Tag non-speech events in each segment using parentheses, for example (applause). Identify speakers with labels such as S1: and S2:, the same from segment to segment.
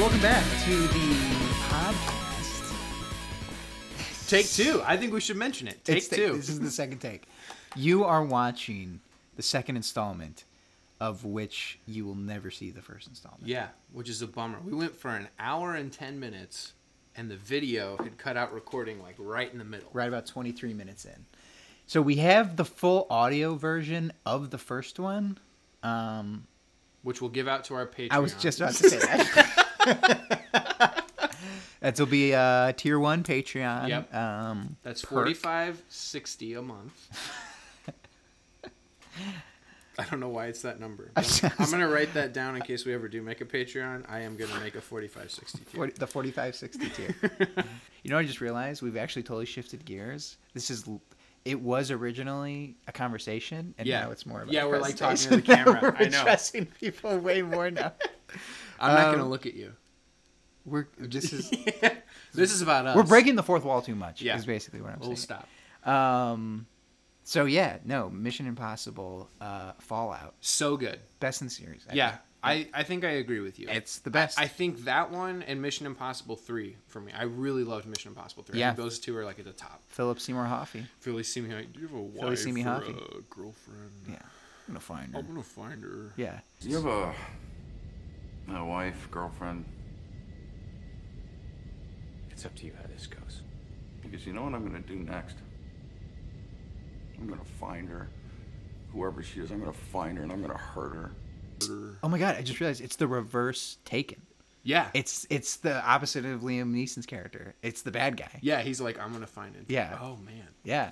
S1: welcome back to the podcast.
S2: Take two. I think we should mention it. Take
S1: It's the-
S2: two.
S1: this is the second take. You are watching the second installment, of which you will never see the first installment.
S2: yeah, which is a bummer. We went for an hour and ten minutes, and the video had cut out recording like right in the middle.
S1: Right about 23 minutes in. So we have the full audio version of the first one. Um,
S2: which we'll give out to our Patreon.
S1: I was just about
S2: (laughs)
S1: to say that. (laughs) That'll be uh, tier one Patreon.
S2: Yep.
S1: Um,
S2: that's
S1: perk.
S2: forty five sixty a
S1: (laughs)
S2: month. I don't know why it's that number. but I'm, I'm gonna write that down in case we ever do make a Patreon. I am gonna make a forty five sixty tier.
S1: Forty- the 4560 tier. (laughs) you know, what I just realized we've actually totally shifted gears. This is, l- it was originally a conversation, and
S2: Yeah.
S1: now it's more of a
S2: Yeah, we're, like, talking to
S1: presentation.
S2: the
S1: (laughs)
S2: camera.
S1: We're
S2: I know.
S1: addressing people way more now.
S2: I'm not gonna
S1: um,
S2: look at you. (laughs)
S1: We're this is
S2: This is about us.
S1: (laughs) we're breaking the fourth wall too much.
S2: Yeah.
S1: is basically what I'm
S2: We'll
S1: saying.
S2: stop.
S1: Um, so yeah, no, Mission Impossible, uh, Fallout,
S2: So good.
S1: best in the series. I
S2: Yeah,
S1: think.
S2: I, I think I agree with you.
S1: it's the best.
S2: I think that one and Mission Impossible 3 for me. I really loved Mission Impossible 3. I
S1: Yeah.
S2: think those two are like at the top.
S1: Philip Seymour Hoffman.
S2: Philly Simi, do you have a wife
S1: Philly Seymour
S2: or
S1: Hoffman.
S2: a girlfriend?
S1: Yeah, I'm gonna find her.
S2: I'm gonna find her.
S1: Yeah,
S3: Do you have a, a wife, girlfriend?
S4: It's up to you how this goes.
S3: Because you know what I'm gonna do next? I'm gonna find her. Whoever she is, I'm gonna find her and I'm gonna hurt her.
S1: Oh my god, I just realized it's the reverse Taken.
S2: Yeah,
S1: It's it's the opposite of Liam Neeson's character. It's the bad guy.
S2: yeah. He's like, I'm gonna find it.
S1: Yeah.
S2: Oh man,
S1: Yeah.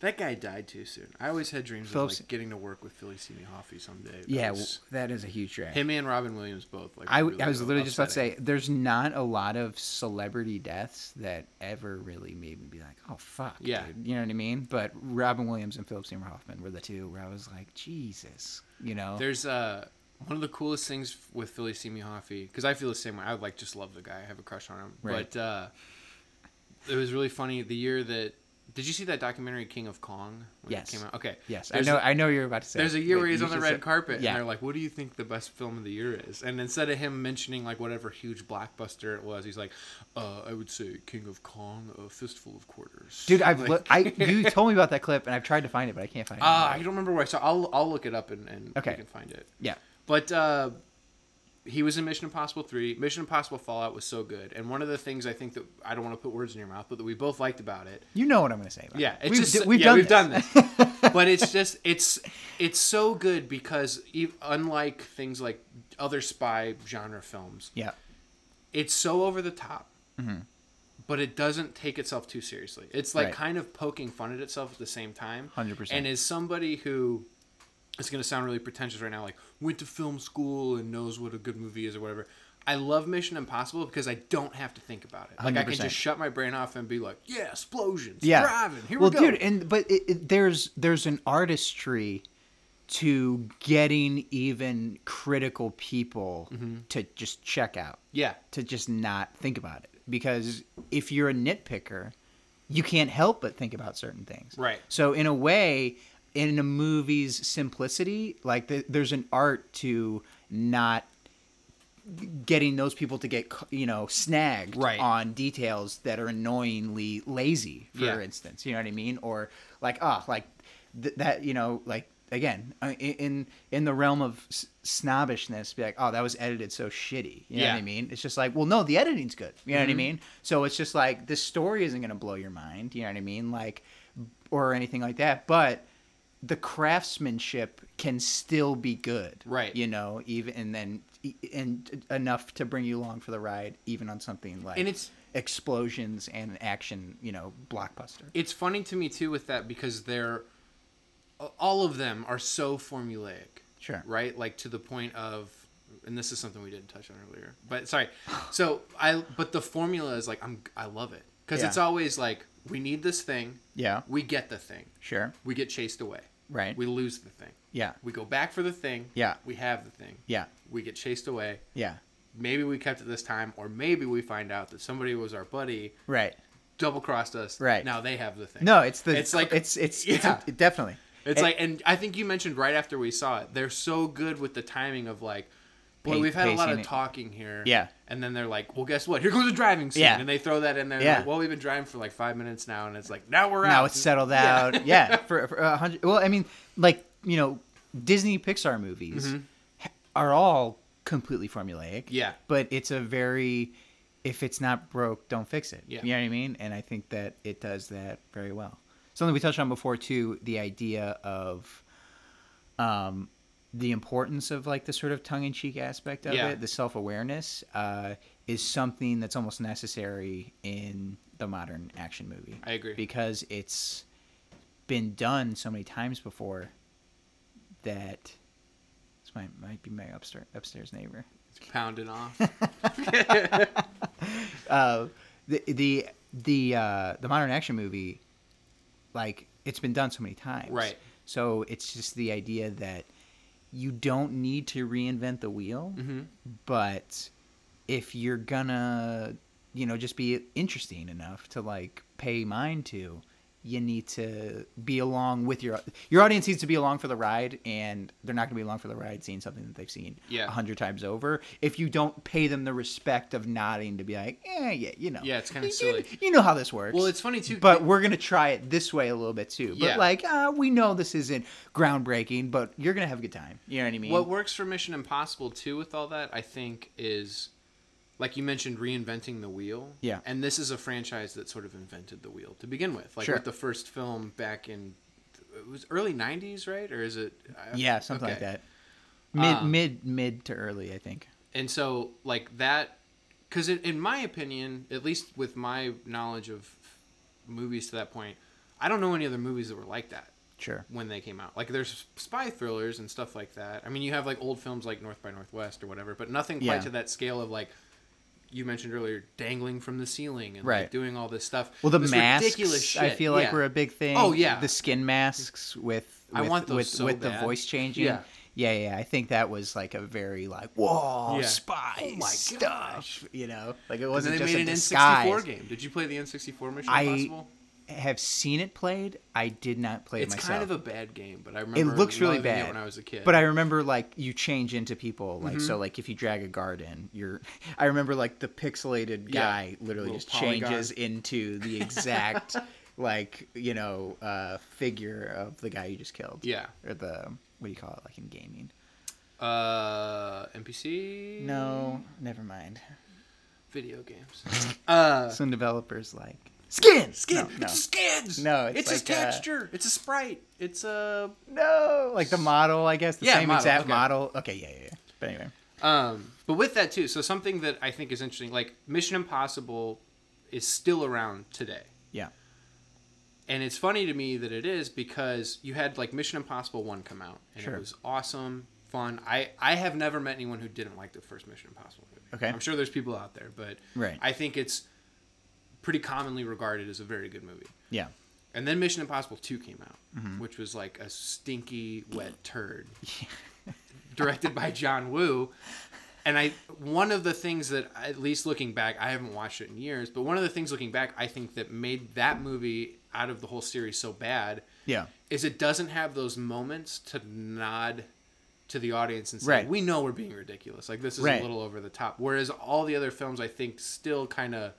S2: that guy died too soon. I always had dreams
S1: Philip
S2: of
S1: Se-
S2: like getting to work with Philly Simi Hoffman someday. That
S1: Yeah,
S2: was-
S1: w- that is a huge drag.
S2: him and Robin Williams both. Like,
S1: I,
S2: really
S1: I was literally just about to
S2: upsetting.
S1: say there's not a lot of celebrity deaths that ever really made me be like, "Oh fuck."
S2: Yeah.
S1: dude," You know what I mean? But Robin Williams and Philip Seymour Hoffman were the two where I was like, "Jesus." You know.
S2: There's uh one of the coolest things with Philly Simi Hoffi because I feel the same way. I like just love the guy. I have a crush on him.
S1: Right.
S2: But uh, it was really funny the year that did you see that documentary King of Kong? When
S1: Yes.
S2: It came out? Okay.
S1: yes, I
S2: There's
S1: know
S2: a-
S1: I know you're about to say.
S2: there's a
S1: it,
S2: year
S1: but
S2: where he's
S1: you
S2: on the
S1: should
S2: red
S1: say-
S2: carpet,
S1: Yeah.
S2: and they're like, "What do you think the best film of the year is?" And instead of him mentioning like whatever huge blockbuster it was, he's like, uh, "I would say King of Kong, a fistful of quarters."
S1: Dude, I've
S2: Like-
S1: loo-
S2: (laughs)
S1: I you told me about that clip and I've tried to find it but I can't find it.
S2: Ah, I don't remember where I saw. I'll I'll look it up and and
S1: Okay.
S2: we can find it.
S1: yeah.
S2: But uh, he was in Mission Impossible 3. Mission Impossible Fallout was so good. And one of the things I think that I don't want to put words in your mouth, but that we both liked about it.
S1: You know what I'm going to say about
S2: Yeah,
S1: it.
S2: it's
S1: we've,
S2: just
S1: d- we've
S2: yeah,
S1: done
S2: we've
S1: this.
S2: done
S1: (laughs)
S2: this. but it's just it's it's so good because e- unlike things like other spy genre films,
S1: Yeah.
S2: it's so over the top. But it doesn't take itself too seriously. It's like
S1: Mm-hmm. Right.
S2: kind of poking fun at itself at the same time.
S1: 100%.
S2: And is somebody who it's going to sound really pretentious right now, like went to film school and knows what a good movie is or whatever. I love Mission Impossible because I don't have to think about it. Like I can
S1: 100%.
S2: just shut my brain off and be like, yeah, explosions,
S1: Yeah.
S2: driving, here
S1: well,
S2: we go.
S1: dude, and but it, it, there's there's an artistry to getting even critical people
S2: Mm-hmm.
S1: to just check out.
S2: yeah,
S1: To just not think about it because if you're a nitpicker, you can't help but think about certain things.
S2: Right.
S1: So in a way, in a movie's simplicity, like the, there's an art to not getting those people to get c- you know snagged
S2: Right.
S1: on details that are annoyingly lazy for
S2: Yeah.
S1: instance you know what i mean or like ah like th- that you know like again uh, i- in in the realm of s- snobbishness be like oh that was edited so shitty you know
S2: Yeah. Mm-hmm.
S1: what i mean it's just like well no the editing's good you know what i mean so it's just like this story isn't going to blow your mind you know what i mean like or anything like that but the craftsmanship can still be good
S2: Right.
S1: you know even and then e- and enough to bring you along for the ride even on something like
S2: And it's-
S1: explosions and an action you know blockbuster
S2: it's funny to me too with that because they're all of them are so formulaic.
S1: Sure.
S2: Right? Like to the point of and this is something we didn't touch on earlier.
S1: (sighs)
S2: But sorry. So I but the formula is like I'm I love it cuz
S1: Yeah.
S2: it's always like we need this thing.
S1: Yeah.
S2: We get the thing.
S1: sure
S2: We get chased away.
S1: Right.
S2: We lose the thing.
S1: Yeah.
S2: We go back for the thing.
S1: Yeah.
S2: We have the thing.
S1: Yeah.
S2: We get chased away.
S1: yeah
S2: Maybe we kept it this time or maybe we find out that somebody was our buddy,
S1: right
S2: double crossed us.
S1: Right.
S2: Now they have the thing.
S1: no it's the
S2: It's like
S1: it's it's, it's
S2: yeah.
S1: definitely
S2: It's
S1: It-
S2: like, and I think you mentioned right after we saw it, they're so good with the timing of like, boy,
S1: Pa-
S2: we've had a lot
S1: pacing
S2: of
S1: it.
S2: talking here.
S1: Yeah.
S2: and then they're like, "Well, guess what? Here goes a driving scene,"
S1: Yeah.
S2: and they throw that in there. and
S1: Yeah.
S2: Like, well, we've been driving for like five minutes now, and it's like now we're out.
S1: now it's
S2: (laughs)
S1: settled out. Yeah, for, for a hundred. Well, I mean, like you know, Disney Pixar movies ha are all completely formulaic.
S2: Mm-hmm. Yeah.
S1: but it's a very if it's not broke, don't fix it.
S2: Yeah.
S1: you know what I mean. And I think that it does that very well. Something we touched on before too, the idea of um, the importance of like the sort of tongue in cheek aspect of
S2: Yeah.
S1: it, the self awareness, uh, is something that's almost necessary in the modern action movie.
S2: I agree.
S1: Because it's been done so many times before that this might might be my upstairs upstairs neighbor.
S2: It's pounding off.
S1: Uh, the the the uh, the modern action movie, like it's been done so many times,
S2: Right.
S1: So it's just the idea that you don't need to reinvent the wheel, but if you're gonna, you know, just be interesting enough to like pay mind to, you need to be along with your your audience needs to be along for the ride, and they're not gonna be along for the ride seeing something that they've seen a
S2: Yeah.
S1: hundred times over. If you don't pay them the respect of nodding to be like, eh, yeah, you know,
S2: Yeah, it's kinda
S1: you-
S2: silly.
S1: You know how this works.
S2: Well, it's funny, too,
S1: But
S2: that-
S1: we're gonna try it this way a little bit too. But
S2: Yeah.
S1: like, uh, we know this isn't groundbreaking, but you're gonna have a good time. You know what I mean?
S2: What works for Mission Impossible too with all that, I think, is like you mentioned, reinventing the wheel.
S1: Yeah.
S2: And this is a franchise that sort of invented the wheel to begin with. Like
S1: Sure.
S2: with the first film back in it was early '90s, right? Or is it? I-
S1: yeah, something like
S2: okay.
S1: that. Mid,
S2: Um,
S1: mid, mid to early, I think.
S2: And so, like that, because in, in my opinion, at least with my knowledge of movies to that point, I don't know any other movies that were like that.
S1: Sure.
S2: when they came out. Like there's spy thrillers and stuff like that. I mean, you have like old films like North by Northwest or whatever, but nothing quite
S1: Yeah.
S2: to that scale of like you mentioned earlier, dangling from the ceiling and
S1: Right.
S2: like doing all this stuff.
S1: Well, the
S2: This
S1: masks, I feel like
S2: Yeah.
S1: were a big thing.
S2: Oh, yeah.
S1: the skin masks with,
S2: I
S1: with-
S2: want those
S1: with,
S2: so
S1: with the
S2: bad.
S1: voice changing.
S2: Yeah.
S1: yeah, yeah. I think that was like a very like whoa
S2: Yeah.
S1: spy
S2: Oh my
S1: stuff. You know, like it
S2: And then
S1: wasn't
S2: they
S1: just
S2: made
S1: a
S2: an
S1: disguise.
S2: N64 game. Did you play the N64 Mission
S1: I-
S2: Impossible?
S1: Have seen it played. I did not play
S2: It's
S1: it myself.
S2: kind of a bad game, but I remember
S1: it looks really
S2: loving it
S1: bad
S2: when I was a kid. Mm-hmm.
S1: But I remember like you change into people, like so like if you drag a guard in, you're. (laughs) I remember like the pixelated
S2: Yeah.
S1: guy literally
S2: Little
S1: just
S2: polygon.
S1: changes into
S2: (laughs)
S1: the exact like you know uh figure of the guy you just killed.
S2: Yeah.
S1: Or the what do you call it like in gaming?
S2: uh, NPC
S1: No, never mind.
S2: video games. uh,
S1: Some developers like skin,
S2: skin,
S1: no, no.
S2: it's skins.
S1: No, it's
S2: it's,
S1: like,
S2: a
S1: uh,
S2: texture. it's a sprite. It's a
S1: (laughs) No, like the model, I guess the
S2: Yeah,
S1: same
S2: model,
S1: exact
S2: okay.
S1: model. Okay, yeah, yeah, yeah. But anyway,
S2: Um, but with that too, so something that I think is interesting, like Mission Impossible, is still around today,
S1: yeah,
S2: and it's funny to me that it is because you had like Mission Impossible One come out, and
S1: Sure.
S2: it was awesome, fun. I I have never met anyone who didn't like the first Mission Impossible movie.
S1: Okay.
S2: I'm sure there's people out there, but
S1: Right.
S2: I think it's pretty commonly regarded as a very good movie.
S1: yeah.
S2: And then Mission Impossible 2 came out, which was like a stinky, wet turd. directed by John Woo. And I one of the things that at least looking back, I haven't watched it in years, but one of the things looking back, I think that made that movie out of the whole series so bad
S1: Yeah.
S2: is it doesn't have those moments to nod to the audience and say,
S1: Right.
S2: "We know we're being ridiculous. Like this is
S1: Right.
S2: a little over the top." Whereas all the other films, I think, still kind of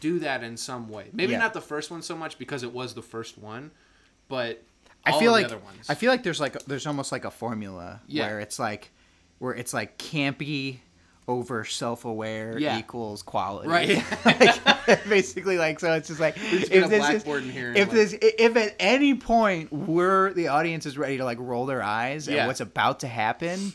S2: do that in some way. Maybe
S1: Yeah.
S2: not the first one so much because it was the first one, but
S1: I
S2: all
S1: feel
S2: of
S1: like
S2: the other ones.
S1: I feel like there's like there's almost like a formula
S2: Yeah.
S1: where it's like where it's like campy over self-aware
S2: Yeah.
S1: equals quality.
S2: Right.
S1: (laughs) like, (laughs) basically like so it's just like
S2: just get a blackboard in here and,
S1: if
S2: like-
S1: this if at any point we're the audience is ready to like roll their eyes at
S2: Yeah.
S1: what's about to happen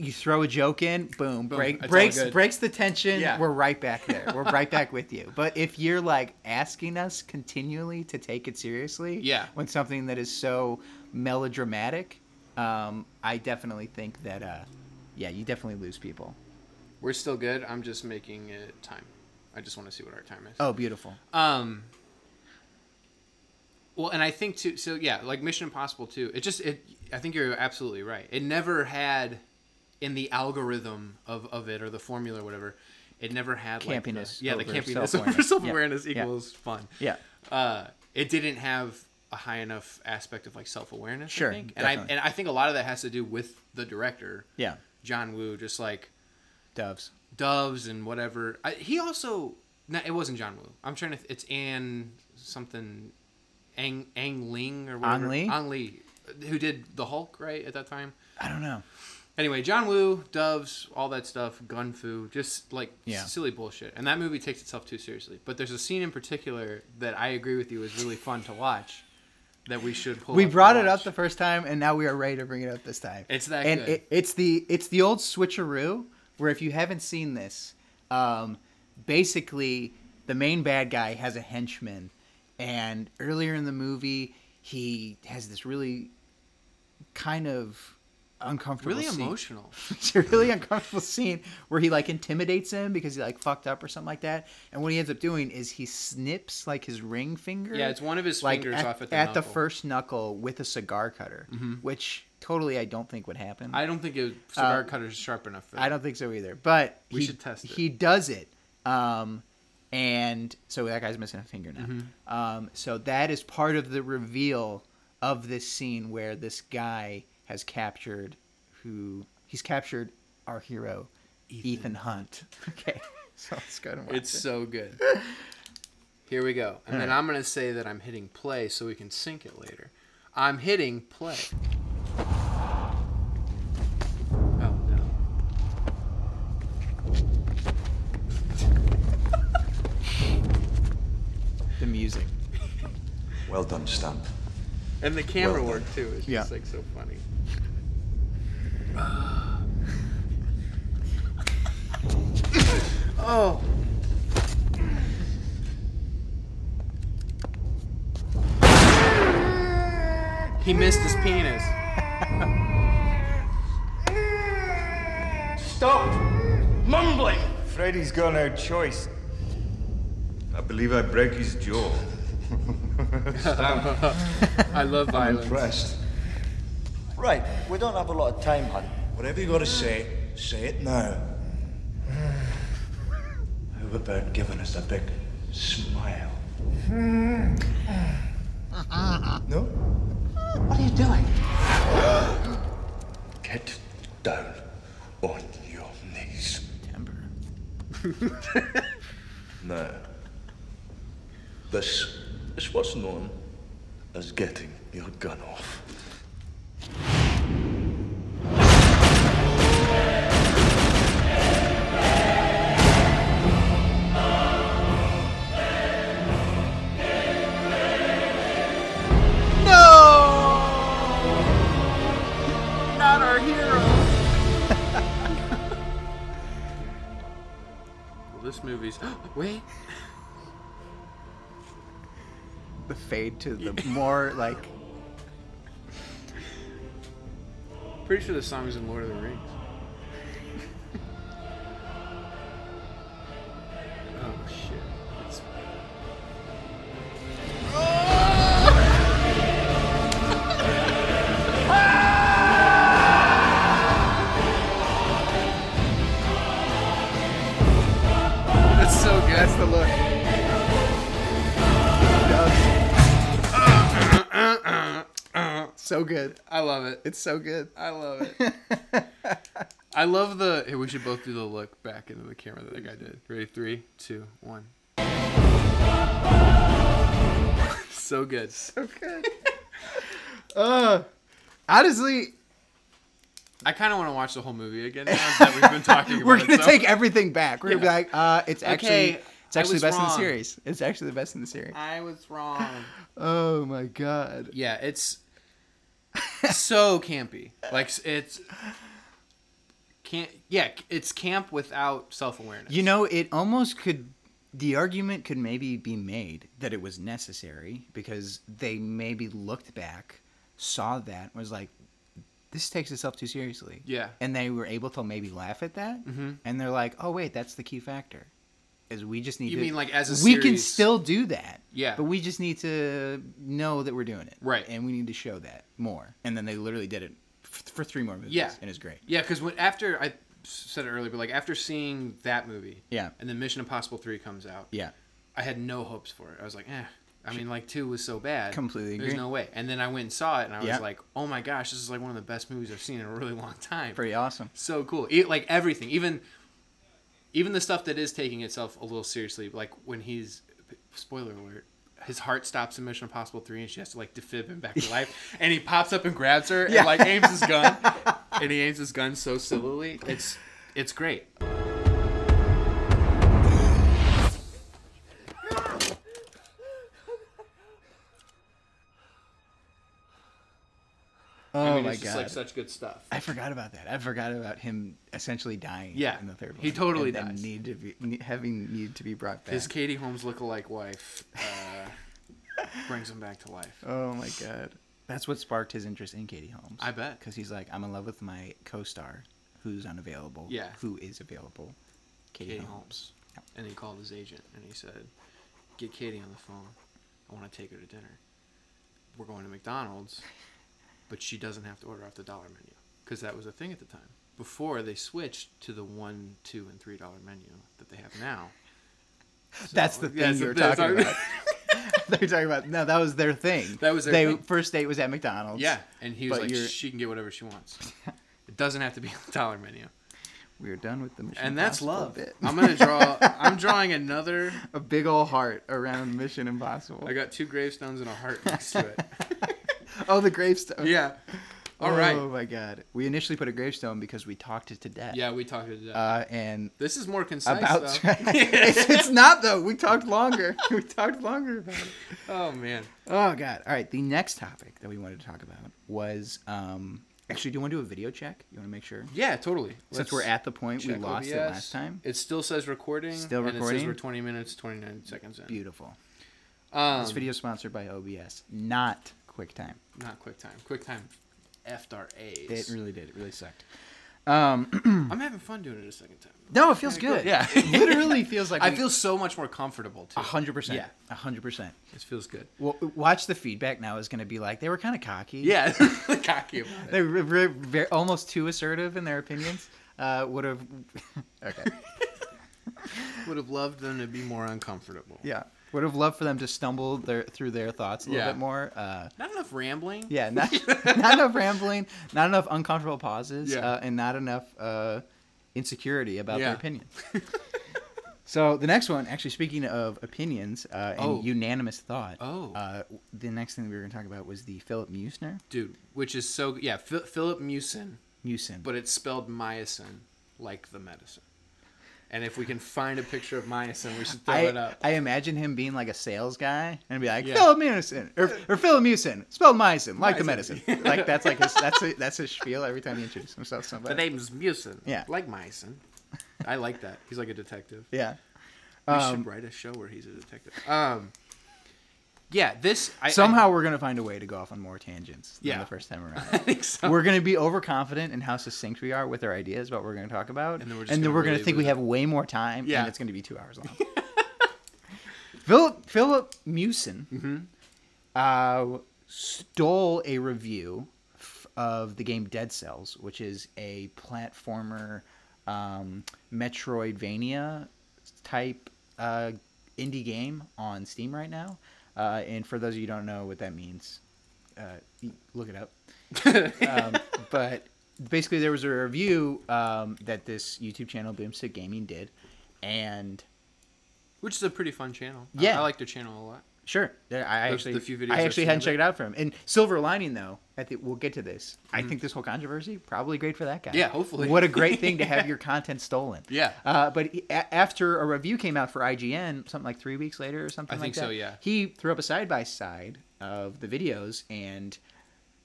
S1: you throw a joke in, boom, break,
S2: it's all
S1: breaks
S2: good.
S1: breaks the tension.
S2: Yeah.
S1: We're right back there. We're right
S2: (laughs)
S1: back with you. But if you're like asking us continually to take it seriously,
S2: Yeah.
S1: when something that is so melodramatic, um, I definitely think that, uh, yeah, you definitely lose people.
S2: We're still good. I'm just making it time. I just want to see what our time is.
S1: Oh, beautiful.
S2: Um. Well, and I think too. So yeah, like Mission Impossible too. It just it. I think you're absolutely right. It never had, in the algorithm of of it or the formula or whatever, it never had like the-
S1: Campiness
S2: yeah, the
S1: over
S2: campiness
S1: self-awareness.
S2: over
S1: Yeah.
S2: self awareness
S1: Yeah.
S2: equals fun.
S1: Yeah.
S2: Uh, it didn't have a high enough aspect of like self awareness.
S1: Sure,
S2: I think. And I
S1: definitely.
S2: and I think a lot of that has to do with the director.
S1: Yeah.
S2: John Woo, just like
S1: Doves.
S2: doves and whatever. I, he also no, it wasn't John Woo. I'm trying to. Th- it's Anne something, Ang Ang Ling or whatever.
S1: Ang Lee?
S2: Ang Lee, who did the Hulk right at that time.
S1: I don't know.
S2: Anyway, John Woo, doves, all that stuff, gun fu, just like
S1: Yeah.
S2: silly bullshit. And that movie takes itself too seriously. But there's a scene in particular that I agree with you is really fun to watch. That we should pull.
S1: We
S2: and
S1: brought it up
S2: watch.
S1: the first time, and now we are ready to bring it up this time.
S2: It's that
S1: and
S2: good.
S1: It, it's the it's the old switcheroo where if you haven't seen this, um, basically the main bad guy has a henchman, and earlier in the movie he has this really kind of uncomfortable,
S2: really
S1: scene.
S2: emotional.
S1: (laughs) it's a really uncomfortable scene where he like intimidates him because he like fucked up or something like that. And what he ends up doing is he snips like his ring finger.
S2: Yeah, it's one of his
S1: like,
S2: fingers
S1: at,
S2: off at the knuckle. Mm-hmm.
S1: first knuckle with a cigar cutter, which totally I don't think would happen.
S2: I don't think a
S1: uh,
S2: cigar cutter's sharp enough for that.
S1: I don't think so either. But
S2: We
S1: he,
S2: should test it.
S1: He does it, um, and so that guy's missing a finger now.
S2: Mm-hmm.
S1: Um, so that is part of the reveal of this scene where this guy has captured who he's captured our hero Ethan, Hunt. (laughs) Okay, so let's go to watch
S2: It's
S1: it.
S5: (laughs)
S2: so good. Here we go. And then I'm going to say that I'm hitting play so we can sync it later. I'm hitting play. Oh, no.
S1: the music.
S5: Well done, Stump.
S2: And the camera
S5: Well done.
S2: work, too, is just
S1: Yeah.
S2: like so funny.
S5: (sighs)
S2: oh. He missed his penis.
S6: Stop mumbling. Freddy's got no choice.
S7: I believe I broke his jaw.
S2: I love violence.
S7: Impressed.
S6: Right, we don't have a lot of time, hun.
S7: Whatever you got to say, say it now. (sighs) How about giving us a big (laughs) smile? No? What are you doing? (gasps) Get down on your knees.
S1: Timbre.
S7: (laughs) Now, this is what's known as getting your gun off.
S2: Not our hero. well, this movie's. (gasps) Wait.
S1: The fade to
S2: (laughs)
S1: the more like
S2: Pretty sure the song is in Lord of the Rings. (laughs) oh shit. It's... (laughs) That's so good. That's the look.
S1: so good.
S2: I love it.
S1: It's so good.
S2: I love it.
S1: (laughs)
S2: I love the. Hey, we should both do the look back into the camera that that guy did. Ready? Three, two, one. (laughs) so good.
S1: Honestly,
S2: I kind of want to watch the whole movie again now that we've been talking
S1: (laughs)
S2: about
S1: We're
S2: it.
S1: gonna
S2: so-
S1: take everything back. We're gonna
S2: Yeah.
S1: be like, uh, it's actually
S2: Okay,
S1: it's
S2: I
S1: actually
S2: was
S1: the best in the
S2: wrong.
S1: series. It's actually the best in the series.
S2: I was wrong.
S1: Oh my god.
S2: Yeah, it's so campy. Like it's can't. Yeah, it's camp without self awareness.
S1: You know, it almost could the argument could maybe be made that it was necessary because they maybe looked back, saw that, and was like, this takes itself too seriously.
S2: Yeah. Mm-hmm.
S1: And they were able to maybe laugh at that. And they're like, oh, wait, that's the key factor. Is we just need
S2: You
S1: to.
S2: mean, like, as a
S1: We can
S2: series?
S1: still do that.
S2: Yeah.
S1: But we just need to know that we're doing it.
S2: Right.
S1: And we need to show that more. And then they literally did it f- for three more movies.
S2: Yeah.
S1: And it's great.
S2: Yeah, because when after I said it earlier, but like after seeing that movie,
S1: Yeah.
S2: and then Mission Impossible three comes out,
S1: Yeah.
S2: I had no hopes for it. I was like, eh. I mean, like two was so bad.
S1: Completely
S2: There's
S1: agree.
S2: no way. And then I went and saw it, and I
S1: Yeah.
S2: was like, oh my gosh, this is like one of the best movies I've seen in a really long time.
S1: Pretty awesome.
S2: So cool. E- like everything, even even the stuff that is taking itself a little seriously, like when he's spoiler alert, his heart stops in Mission Impossible three, and she has to like defib him back to
S1: (laughs)
S2: life, and he pops up and grabs her and like aims his gun, and he aims his gun so sillily. It's it's great.
S1: Oh
S2: I mean,
S1: my
S2: it's
S1: god.
S2: just like such good stuff.
S1: I forgot about that. I forgot about him essentially dying.
S2: Yeah,
S1: in the third one.
S2: he totally
S1: and then
S2: dies.
S1: Need to be ne- having need to be brought back.
S2: His Katie Holmes lookalike wife uh, brings him back to life.
S1: oh my god, that's what sparked his interest in Katie Holmes.
S2: I bet.
S1: because he's like, I'm in love with my co-star, who's unavailable.
S2: Yeah.
S1: who is available? Katie,
S2: Katie
S1: Holmes.
S2: Holmes. And he called his agent and he said, Get Katie on the phone. I want to take her to dinner. We're going to McDonald's, but she doesn't have to order off the dollar menu because that was a thing at the time. Before they switched to the one, two, and three dollar menu that they have now.
S1: That's the thing
S2: Yes,
S1: you were
S2: that's
S1: talking
S2: our-
S1: about. (laughs) they were talking about no, that was their thing.
S2: That was their
S1: they
S2: thing.
S1: first date was at McDonald's.
S2: yeah, and he was
S1: But
S2: like,
S1: you're-
S2: She can get whatever she wants. It doesn't have to be (laughs) on the dollar menu.
S1: we were done with the Mission
S2: And that's
S1: Impossible
S2: love.
S1: bit.
S2: I'm gonna draw. I'm drawing another.
S1: (laughs) A big old heart around Mission Impossible.
S2: (laughs) I got two gravestones and a heart next to it.
S1: oh, the gravestone.
S2: Yeah. All right.
S1: Oh my god. We initially put a gravestone because we talked it to death.
S2: Yeah, we talked about that.
S1: Uh, and
S2: this is more concise
S1: about
S2: though.
S1: (laughs) it's, it's not though. We talked longer. (laughs) we talked longer about it.
S2: (laughs) Oh man.
S1: Oh god. All right. The next topic that we wanted to talk about was um. Actually, do you want to do a video check? You want to make sure.
S2: Yeah, totally.
S1: Since we're at the point we
S2: check
S1: lost it
S2: OBS.
S1: last time.
S2: It still says recording.
S1: Still
S2: And it
S1: recording?
S2: says we're 20 minutes 29 seconds in.
S1: Beautiful.
S2: Um,
S1: This video is sponsored by OBS, not QuickTime.
S2: not QuickTime. QuickTime effed our
S1: It
S2: A's.
S1: really did. It really sucked.
S2: I'm having fun doing it a second time.
S1: No, it feels good. Yeah, literally feels like
S2: I
S1: we-
S2: feel so much more comfortable too.
S1: a hundred percent.
S2: Yeah.
S1: a hundred percent.
S2: This feels good.
S1: Well, watch the feedback now is going to be like they were kind of cocky.
S2: Yeah, (laughs) cocky about it.
S1: they were very, very, almost too assertive in their opinions. Uh, would have. okay.
S2: Would have loved them to be more uncomfortable.
S1: Yeah. Would have loved for them to stumble their, through their thoughts a little
S2: Yeah.
S1: bit more.
S2: (laughs)
S1: Uh,
S2: Not enough rambling.
S1: yeah, not, not enough rambling, not enough uncomfortable pauses,
S2: Yeah.
S1: uh, and not enough uh, insecurity about
S2: Yeah.
S1: their
S2: (laughs)
S1: opinion. so the next one, actually speaking of opinions uh, and
S2: Oh.
S1: unanimous thought,
S2: Oh.
S1: uh, the next thing that we were going to talk about was the Philip Musner,
S2: Dude, which is so yeah, Phil Philip Mewson,
S1: Musin,
S2: but it's spelled myosin like the medicine. And if we can find a picture of myosin, we should throw it
S1: I,
S2: up.
S1: I imagine him being like a sales guy and be like,
S2: Yeah.
S1: Philip Musin or, or Philip Musin, spelled Meisin, like the
S2: Meisin.
S1: medicine. like that's like his that's a, that's his spiel every time he introduces himself to
S2: The
S1: somebody.
S2: name's Mewson.
S1: Yeah.
S2: Like Myosin. I like that. He's like a detective.
S1: yeah.
S2: We
S1: Um,
S2: should write a show where he's a detective. Um Yeah, this I
S1: Somehow we're gonna find a way to go off on more tangents than
S2: Yeah.
S1: the first time
S2: (laughs) I (laughs)
S1: around.
S2: think so.
S1: we're gonna be overconfident in how succinct we are with our ideas about what we're gonna talk about,
S2: And then we're just
S1: and then
S2: gonna
S1: we're gonna
S2: really
S1: think we
S2: lose
S1: have way more time,
S2: Yeah.
S1: and it's gonna be two hours long.
S2: (laughs)
S1: Philip Philip Mewson
S2: Mm-hmm.
S1: uh, stole a review f- of the game Dead Cells, which is a platformer um, Metroidvania type uh, indie game on Steam right now. Uh, and for those of you who don't know what that means, uh, y- look it up. um, (laughs) but basically, there was a review um, that this YouTube channel, Boomstick Gaming, did, and
S2: Which is a pretty fun channel. I- I,
S1: Yeah.
S2: like their channel a lot.
S1: Sure. There- I
S2: The-
S1: actually,
S2: the few videos
S1: I
S2: I've
S1: actually
S2: seen
S1: hadn't
S2: of it.
S1: checked it out for him. And silver lining though, I think we'll get to this. I think this whole controversy probably great for that guy.
S2: Mm-hmm. Yeah, hopefully.
S1: What a great thing to
S2: (laughs)
S1: have your content stolen.
S2: Yeah.
S1: Uh, but he- a- after a review came out for IGN, something like three weeks later or something
S2: I
S1: like
S2: think so,
S1: that,
S2: yeah.
S1: He threw up a side by side of the videos, and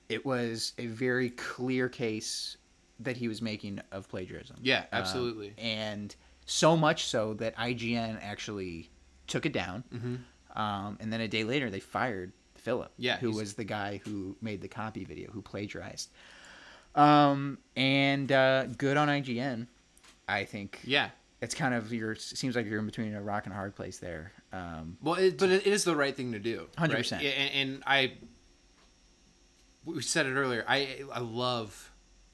S1: it was a very clear case that he was making of plagiarism.
S2: Yeah,
S1: Um,
S2: absolutely.
S1: and so much so that IGN actually took it down. Um, and then a day later, they fired Philip,
S2: Yeah,
S1: who
S2: he's-
S1: was the guy who made the copy video, who plagiarized. Um, and uh, good on IGN, I think.
S2: Yeah.
S1: It's kind of your seems like you're in between a rock and a hard place there. Um,
S2: Well, it, but it is the right thing to do.
S1: 100%.
S2: right? And, and I, we said it earlier. I I love,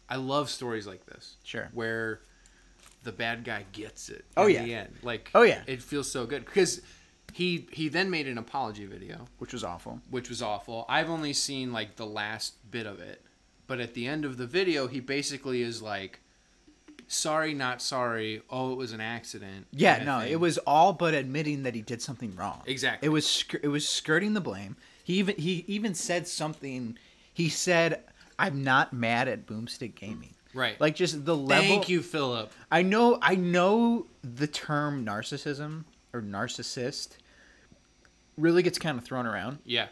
S2: I love stories like this.
S1: Sure.
S2: Where the bad guy gets it.
S1: Oh,
S2: in
S1: yeah.
S2: The end. Like.
S1: Oh, yeah.
S2: It feels so good because he he then made an apology video,
S1: which was awful.
S2: which was awful. I've only seen like the last bit of it, but at the end of the video, he basically is like, sorry, not sorry. Oh, it was an accident.
S1: Yeah,
S2: kinda
S1: no,
S2: thing.
S1: it was all but admitting that he did something wrong.
S2: Exactly.
S1: It was sk- it was skirting the blame. He even he even said something. He said, "I'm not mad at Boomstick Gaming."
S2: Right.
S1: Like just the level.
S2: Thank you, Philip.
S1: I know. I know the term narcissism or narcissist really gets kind of thrown around,
S2: Yeah,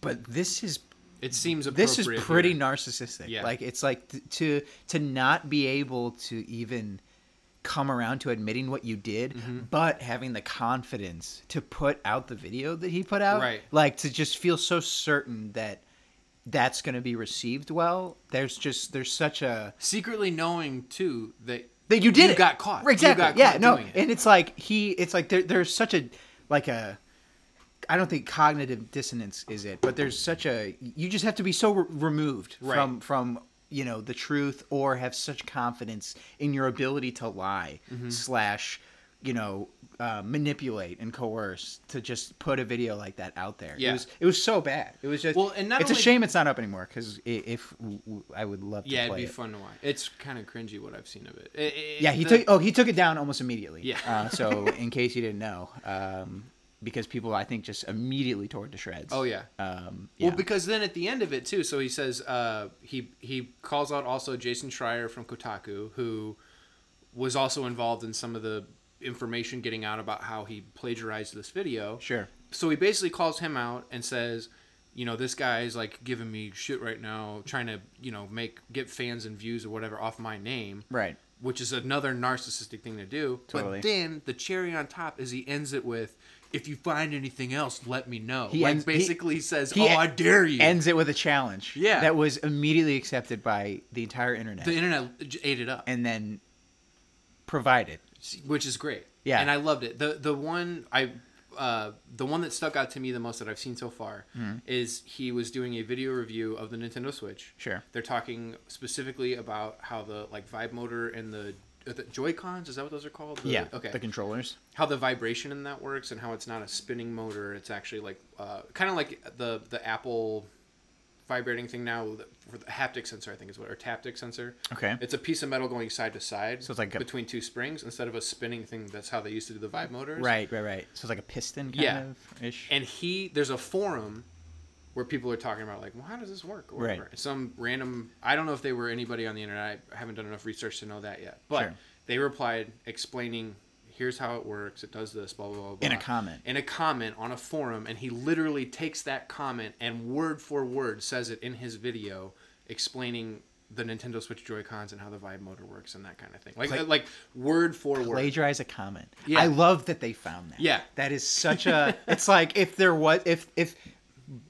S1: but this is
S2: it seems appropriate.
S1: this is pretty
S2: here.
S1: narcissistic.
S2: Yeah.
S1: Like it's like t- to to not be able to even come around to admitting what you did,
S2: Mm-hmm.
S1: but having the confidence to put out the video that he put out.
S2: Right.
S1: Like to just feel so certain that that's going to be received well. There's just there's such a
S2: secretly knowing too that
S1: that you did
S2: you
S1: it.
S2: got caught.
S1: Right,
S2: You
S1: exactly.
S2: got
S1: yeah,
S2: caught
S1: no,
S2: doing it.
S1: and it's like he, it's like there, there's such a like a. I don't think cognitive dissonance is it, but there's such a you just have to be so re- removed
S2: Right.
S1: from from you know the truth or have such confidence in your ability to lie
S2: Mm-hmm.
S1: slash you know uh, manipulate and coerce to just put a video like that out there.
S2: Yeah.
S1: It was it was so bad. It was just
S2: Well, and not
S1: it's
S2: only-
S1: a shame it's not up anymore because if w- w- I would love to
S2: yeah, it'd
S1: play
S2: be
S1: it.
S2: fun to watch. It's kind of cringy what I've seen of it. It- it-
S1: Yeah, he
S2: the-
S1: took. Oh, he took it down almost immediately.
S2: Yeah.
S1: Uh,
S2: (laughs)
S1: so, in case you didn't know, um, because people, I think, just immediately tore it to shreds.
S2: Oh yeah.
S1: Um, yeah.
S2: Well, because then at the end of it too, so he says uh, he he calls out also Jason Schreier from Kotaku, who was also involved in some of the information getting out about how he plagiarized this video.
S1: Sure.
S2: So he basically calls him out and says, you know, this guy is like giving me shit right now, trying to you know make get fans and views or whatever off my name.
S1: Right.
S2: Which is another narcissistic thing to do.
S1: Totally.
S2: But then the cherry on top is he ends it with, "If you find anything else, let me know."
S1: He
S2: like
S1: ends- he-
S2: basically says,
S1: He
S2: "Oh, I dare you."
S1: Ends it with a challenge.
S2: Yeah.
S1: That was immediately accepted by the entire internet,
S2: the internet j- ate it up,
S1: and then provided.
S2: which is great.
S1: Yeah.
S2: and I loved it. the The one I, uh, the one that stuck out to me the most that I've seen so far
S1: Mm-hmm.
S2: is he was doing a video review of the Nintendo Switch.
S1: Sure.
S2: they're talking specifically about how the like vibe motor and the, uh, the Joy Cons is that what those are called? The-
S1: yeah.
S2: okay.
S1: The controllers.
S2: how the vibration in that works and how it's not a spinning motor. It's actually like uh, kind of like the the Apple vibrating thing now with- for the haptic sensor i think is what or taptic sensor
S1: Okay.
S2: it's a piece of metal going side to side
S1: So it's like a-
S2: between two springs instead of a spinning thing that's how they used to do the vibe motors
S1: Right. Right. Right. So it's like a piston kind
S2: Yeah.
S1: of ish.
S2: and he there's a forum where people are talking about like well how does this work or
S1: Right.
S2: whatever. some random i don't know if they were anybody on the internet i haven't done enough research to know that yet but
S1: Sure.
S2: they replied explaining here's how it works it does this blah blah blah blah
S1: In a comment.
S2: in a comment on a forum and he literally takes that comment and word for word says it in his video explaining the Nintendo Switch Joy Cons and how the vibe motor works and that kind of thing, like like word for word.
S1: plagiarize a comment.
S2: Yeah.
S1: I love that they found that.
S2: Yeah.
S1: That is such
S2: (laughs)
S1: a it's like if there was if if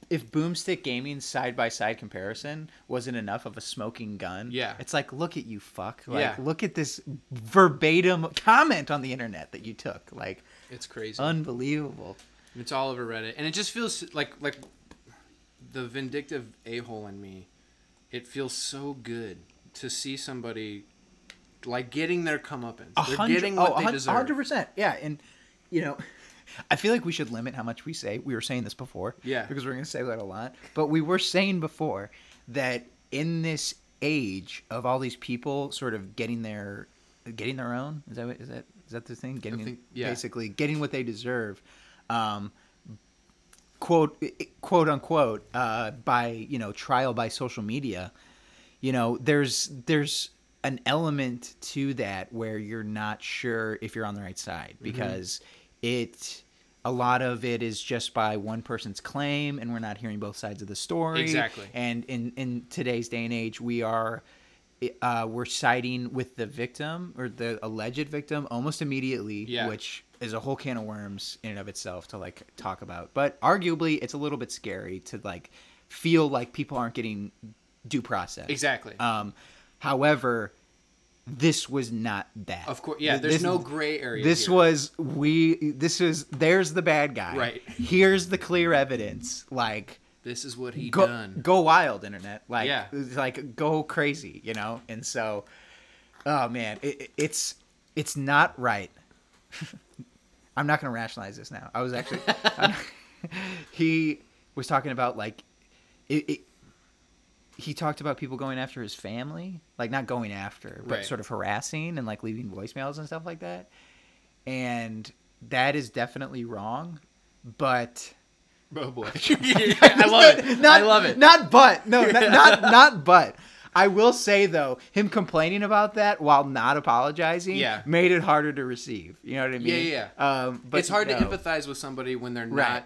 S1: if Boomstick Gaming's side by side comparison wasn't enough of a smoking gun,
S2: Yeah.
S1: it's like look at you, fuck, like
S2: Yeah.
S1: look at this verbatim comment on the internet that you took, like
S2: It's crazy.
S1: unbelievable.
S2: It's all over Reddit, and it just feels like like the vindictive a hole in me. It feels so good to see somebody like getting their comeuppance.
S1: A
S2: They're
S1: hundred-
S2: getting what
S1: oh, a
S2: they
S1: hun- a
S2: deserve.
S1: Hundred percent, yeah, and you know. (laughs) I feel like we should limit how much we say. We were saying this before,
S2: Yeah.
S1: because we're going to say that a lot. But we were saying before that in this age of all these people sort of getting their getting their own is that what, is that is that the thing getting
S2: think- yeah.
S1: basically getting what they deserve, um, quote quote unquote uh, by you know trial by social media you know there's there's an element to that where you're not sure if you're on the right side
S2: Mm-hmm.
S1: because it a lot of it is just by one person's claim and we're not hearing both sides of the story
S2: Exactly.
S1: and in in today's day and age we are uh, we're siding with the victim or the alleged victim almost immediately
S2: Yeah.
S1: which is a whole can of worms in and of itself to like talk about but arguably it's a little bit scary to like feel like people aren't getting due process
S2: Exactly.
S1: um, however, this was not that.
S2: Of cour- yeah,
S1: Th-
S2: there's no gray area
S1: This
S2: here.
S1: was we. This is there's the bad guy.
S2: Right.
S1: Here's the clear evidence. Like
S2: this is what he
S1: go
S2: done.
S1: (laughs) go wild, internet. Like
S2: Yeah.
S1: like go crazy, you know. And so, oh man, it, it- it's it's not right. (laughs) I'm not gonna rationalize this now. I was actually (laughs) he was talking about like it, it he talked about people going after his family, like not going after, but
S2: Right.
S1: sort of harassing and like leaving voicemails and stuff like that. And that is definitely wrong, but
S2: Oh (laughs) boy,
S1: (laughs)
S2: I love it.
S1: not,
S2: I love it.
S1: Not but
S2: (laughs)
S1: no, not, not not but. I will say though, him complaining about that while not apologizing,
S2: Yeah.
S1: made it harder to receive. You know what I mean?
S2: Yeah, yeah, yeah.
S1: Um, but
S2: it's hard
S1: no.
S2: to empathize with somebody when they're
S1: Right.
S2: not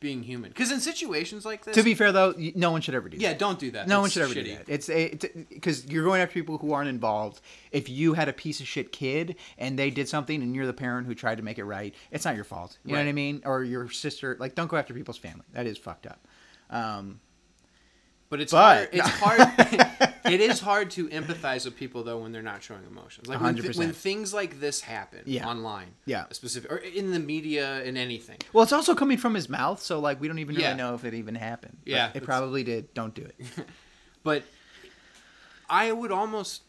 S2: being human. Because in situations like this,
S1: To be fair though, y- no one should ever do.
S2: yeah,
S1: that.
S2: don't do that.
S1: no one
S2: It's
S1: should ever do
S2: shitty.
S1: that. It's because you're going after people who aren't involved. If you had a piece of shit kid and they did something and you're the parent who tried to make it right, it's not your fault. You know what I
S2: Right.
S1: mean? Or your sister. Like, don't go after people's family. That is fucked up. Um,
S2: But it's
S1: But- (laughs)
S2: hard. It's hard. it is hard to empathize with people though when they're not showing emotions. Like when, thi-
S1: 100%.
S2: when things like this happen
S1: Yeah.
S2: online,
S1: Yeah.
S2: specific or in the media and anything.
S1: Well, it's also coming from his mouth, so like we don't even really
S2: Yeah.
S1: know if it even happened. But
S2: Yeah,
S1: it
S2: it's-
S1: probably did. Don't
S2: (laughs)
S1: do it.
S2: But I would almost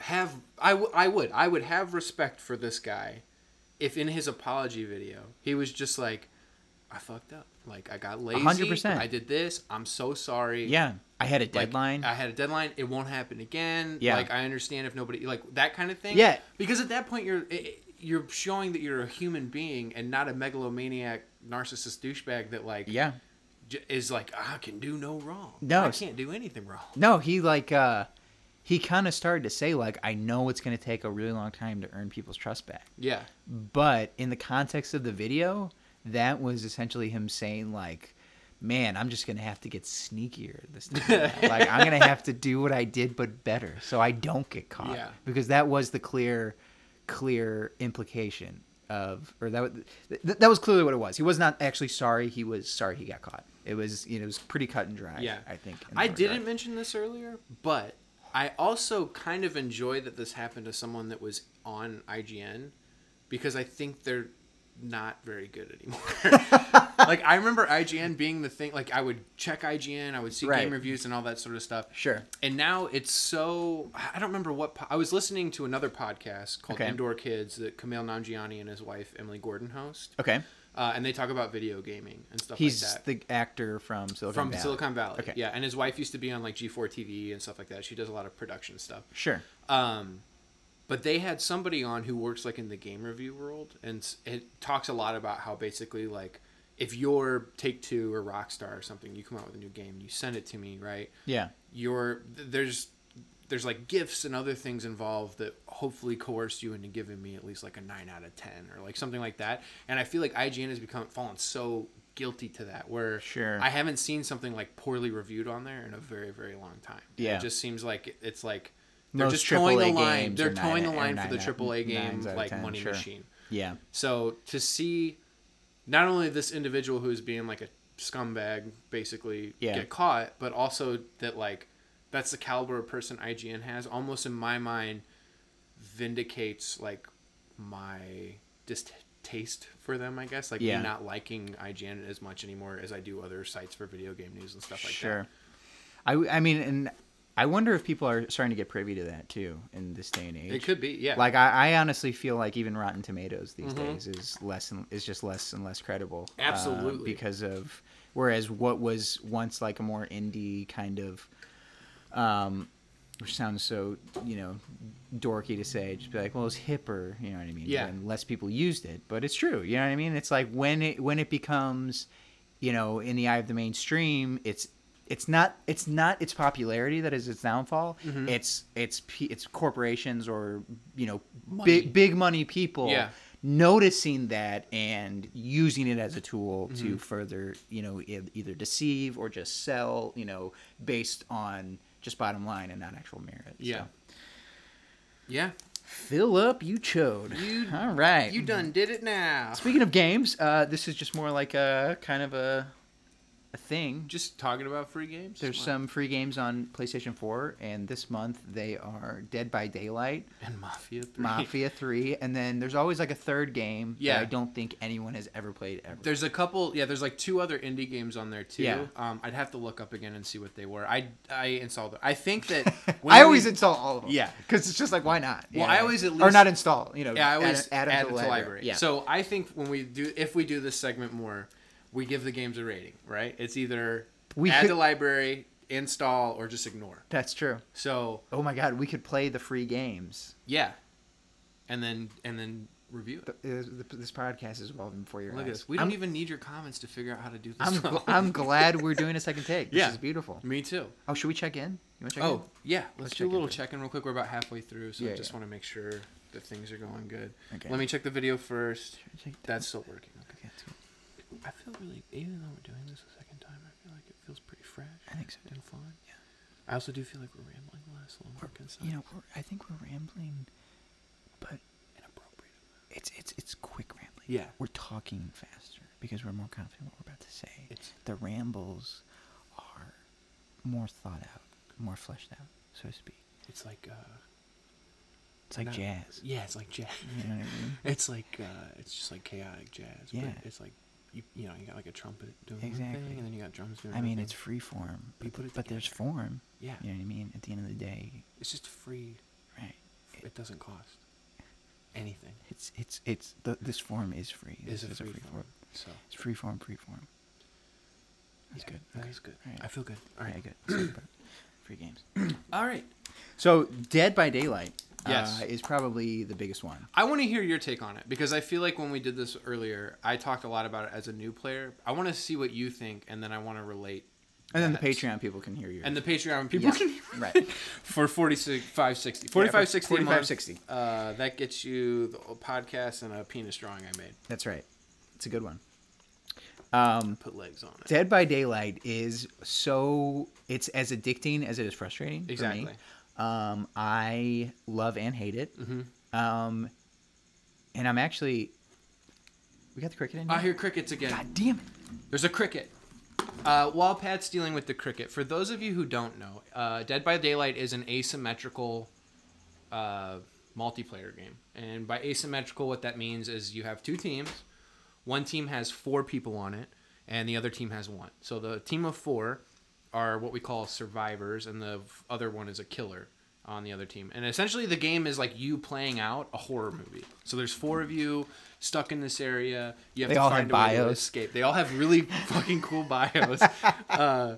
S2: have I, w- I would I would have respect for this guy if in his apology video he was just like I fucked up. Like I got lazy.
S1: 100%.
S2: I did this. I'm so sorry.
S1: Yeah, I had a
S2: Like, uh,
S1: deadline.
S2: I had a deadline. It won't happen again.
S1: Yeah.
S2: Like I understand if nobody like that kind of thing.
S1: Yeah.
S2: Because at that point you're i- i- you're showing that you're a human being and not a megalomaniac narcissist douchebag that like
S1: yeah.
S2: j- is like I can do no wrong.
S1: No,
S2: I
S1: it's-
S2: can't do anything wrong.
S1: No, he like uh he kind of started to say like I know it's going to take a really long time to earn people's trust back.
S2: Yeah.
S1: But in the context of the video, that was essentially him saying like Man, I'm just gonna have to get sneakier this
S2: (laughs)
S1: time. like I'm gonna have to do what I did but better, so I don't get caught.
S2: Yeah.
S1: Because that was the clear, clear implication of, or that was- th- that was clearly what it was. He was not actually sorry. He was sorry he got caught. It was, you know, it was pretty cut and dry.
S2: Yeah.
S1: I think. in that
S2: I
S1: regard.
S2: didn't mention this earlier, but I also kind of enjoy that this happened to someone that was on IGN because I think they're not very good anymore. (laughs) like I remember IGN being the thing like I would check IGN, I would see
S1: Right.
S2: game reviews and all that sort of stuff.
S1: Sure.
S2: And now it's so I I don't remember what po- I was listening to another podcast called
S1: Okay.
S2: Indoor Kids that Camille Nanjiani and his wife Emily Gordon host.
S1: Okay.
S2: Uh, and they talk about video gaming and stuff
S1: He's
S2: like that
S1: the actor from Silicon
S2: from
S1: Valley.
S2: Silicon Valley.
S1: Okay.
S2: Yeah, and his wife used to be on like G4 TV and stuff like that. She does a lot of production stuff.
S1: Sure.
S2: Um, but they had somebody on who works like in the game review world and s- it talks a lot about how basically like if you're Take Two or Rockstar or something, you come out with a new game, you send it to me, right?
S1: Yeah.
S2: Your th- there's there's like gifts and other things involved that hopefully coerce you into giving me at least like a nine out of ten or like something like that. And I feel like IGN has become fallen so guilty to that where
S1: Sure.
S2: I haven't seen something like poorly reviewed on there in a very very long time.
S1: Yeah.
S2: it just seems like it's like they're
S1: Most
S2: just towing the
S1: AAA
S2: line.
S1: games
S2: They're
S1: are nine
S2: towing
S1: out-
S2: the
S1: are
S2: line for the
S1: nine out-
S2: AAA game
S1: nines out of
S2: like
S1: 10,
S2: money
S1: sure.
S2: machine.
S1: Yeah.
S2: So to see not only this individual who's being like a scumbag basically
S1: Yeah.
S2: get caught, but also that like that's the caliber of person IGN has almost in my mind vindicates like my distaste for them, I guess. Like
S1: Yeah.
S2: me not liking IGN as much anymore as I do other sites for video game news and stuff like
S1: sure.
S2: that.
S1: I, w- I mean, and I wonder if people are starting to get privy to that too in this day and age.
S2: It could be, yeah. Mm-hmm.
S1: Like I, I honestly feel like even Rotten Tomatoes these days is less and is just less and less credible. uh,
S2: Absolutely.
S1: because of whereas what was once like a more indie kind of, um, which sounds so you know dorky to say, just be like, well, it's hipper, you know what I mean?
S2: Yeah.
S1: And less people used it, but it's true. You know what I mean? It's like when it when it becomes, you know, in the eye of the mainstream, it's it's not it's not its popularity that is its downfall.
S2: Mm-hmm.
S1: It's it's pe- it's corporations or you know big big money people
S2: Yeah.
S1: noticing that and using it as a tool
S2: Mm-hmm.
S1: to further you know e- either deceive or just sell you know based on just bottom line and not actual merit.
S2: Yeah.
S1: So.
S2: Yeah.
S1: Fill up, you chode.
S2: You-
S1: All right.
S2: You done did it now.
S1: Speaking of games, uh, this is just more like a kind of a a thing. Just
S2: Just talking about free games.
S1: there's
S2: Wow.
S1: some free games on PlayStation 4, and this month they are Dead by Daylight,
S2: and Mafia 3.
S1: Mafia 3, and then there's always like a third game
S2: Yeah.
S1: that I don't think anyone has ever played ever.
S2: There's a couple, yeah. There's like two other indie games on there too.
S1: Yeah.
S2: Um, I'd have to look up again and see what they were. I I installed it. I think that (laughs)
S1: (laughs)
S2: when
S1: I
S2: we-
S1: always install all of them.
S2: Yeah.
S1: because it's just like why not?
S2: Well, I always at
S1: or
S2: least-
S1: not install. You know,
S2: yeah I always
S1: add,
S2: add,
S1: add 'em
S2: it to the library.
S1: Yeah.
S2: So I think when we do if we do this segment more, we give the games a rating. Right? It's either
S1: We
S2: add
S1: could-
S2: to library, install or just ignore.
S1: That's true.
S2: So
S1: Oh my god, we could play the free games.
S2: yeah, and then and then review it.
S1: Th- th- uh, This podcast is evolving for your
S2: Look at
S1: eyes.
S2: this. We don't
S1: I'm,
S2: even need your comments to figure out how to do this.
S1: I'm,
S2: one.
S1: gl-
S2: (laughs)
S1: I'm glad we're doing a second take. This
S2: Yeah.
S1: is beautiful.
S2: Me too.
S1: Oh, should we check in? You want to check in?
S2: Oh yeah, let's,
S1: Let's
S2: do
S1: check
S2: a
S1: in
S2: little
S1: first.
S2: check in real quick. We're about halfway through, so
S1: Yeah,
S2: I just
S1: yeah.
S2: want to make sure that things are going good.
S1: Okay.
S2: Let me check the video first.
S1: Check the-
S2: That's still working. Okay.
S1: Okay, that's good.
S2: I feel really, even though we're doing this a second time, I feel like it feels pretty fresh.
S1: I think so, too.
S2: And fun. Yeah. I also do feel like we're rambling the last little bit. inside.
S1: You know, we're, I think we're rambling, but
S2: inappropriate.
S1: it's it's it's quick rambling.
S2: Yeah.
S1: we're talking faster because we're more confident in what we're about to say.
S2: It's-
S1: the rambles are more thought out, more fleshed out, so to speak.
S2: It's like, uh,
S1: It's like
S2: not-
S1: jazz.
S2: Yeah, it's like jazz.
S1: You know what I mean?
S2: (laughs) it's like, uh, it's just like chaotic jazz.
S1: Yeah.
S2: But it's like, you, you know, you got like a trumpet doing one
S1: Exactly.
S2: thing, and then you got drums doing.
S1: I mean,
S2: another
S1: it's
S2: thing.
S1: free form,
S2: You
S1: but,
S2: put it
S1: but there's
S2: together.
S1: form.
S2: Yeah.
S1: You know what I mean? At the end of the day,
S2: It's just free.
S1: right?
S2: It, doesn't cost anything.
S1: It's it's it's the, this form is free.
S2: It's
S1: This
S2: a free form. So
S1: It's free form, free form. That's good.
S2: that
S1: okay.
S2: is good.
S1: All right.
S2: I feel good. All right.
S1: Very good. Sorry about
S2: (clears throat)
S1: it. Free games.
S2: All right.
S1: So Dead by Daylight
S2: Yes.
S1: uh, is probably the biggest one.
S2: I want to hear your take on it because I feel like when we did this earlier, I talked a lot about it as a new player. I want to see what you think, and then I want to relate.
S1: And then the
S2: that.
S1: Patreon people can hear you.
S2: and the Patreon people (laughs) can
S1: right.
S2: for forty six five sixty forty five sixty a month.
S1: 45.60.
S2: Uh, that gets you the podcast and a penis drawing I made.
S1: That's right. It's a good one.
S2: Put legs on it.
S1: Dead by Daylight is so it's as addicting as it is frustrating. for me.
S2: Exactly.
S1: Um, I love and hate it.
S2: Mm-hmm.
S1: Um, and I'm actually we got the cricket in.
S2: I
S1: here?
S2: hear crickets again.
S1: God damn it!
S2: There's a cricket. Uh, while Pat's dealing with the cricket, for those of you who don't know, uh, Dead by Daylight is an asymmetrical uh, multiplayer game. And by asymmetrical, what that means is you have two teams. One team has four people on it, and the other team has one. So the team of four are what we call survivors, and the f- other one is a killer on the other team. And essentially, the game is like you playing out a horror movie. So there's four of you stuck in this area. You have
S1: They
S2: to
S1: all
S2: find
S1: have
S2: a way to
S1: bios.
S2: escape. They all have really (laughs) fucking cool bios. uh,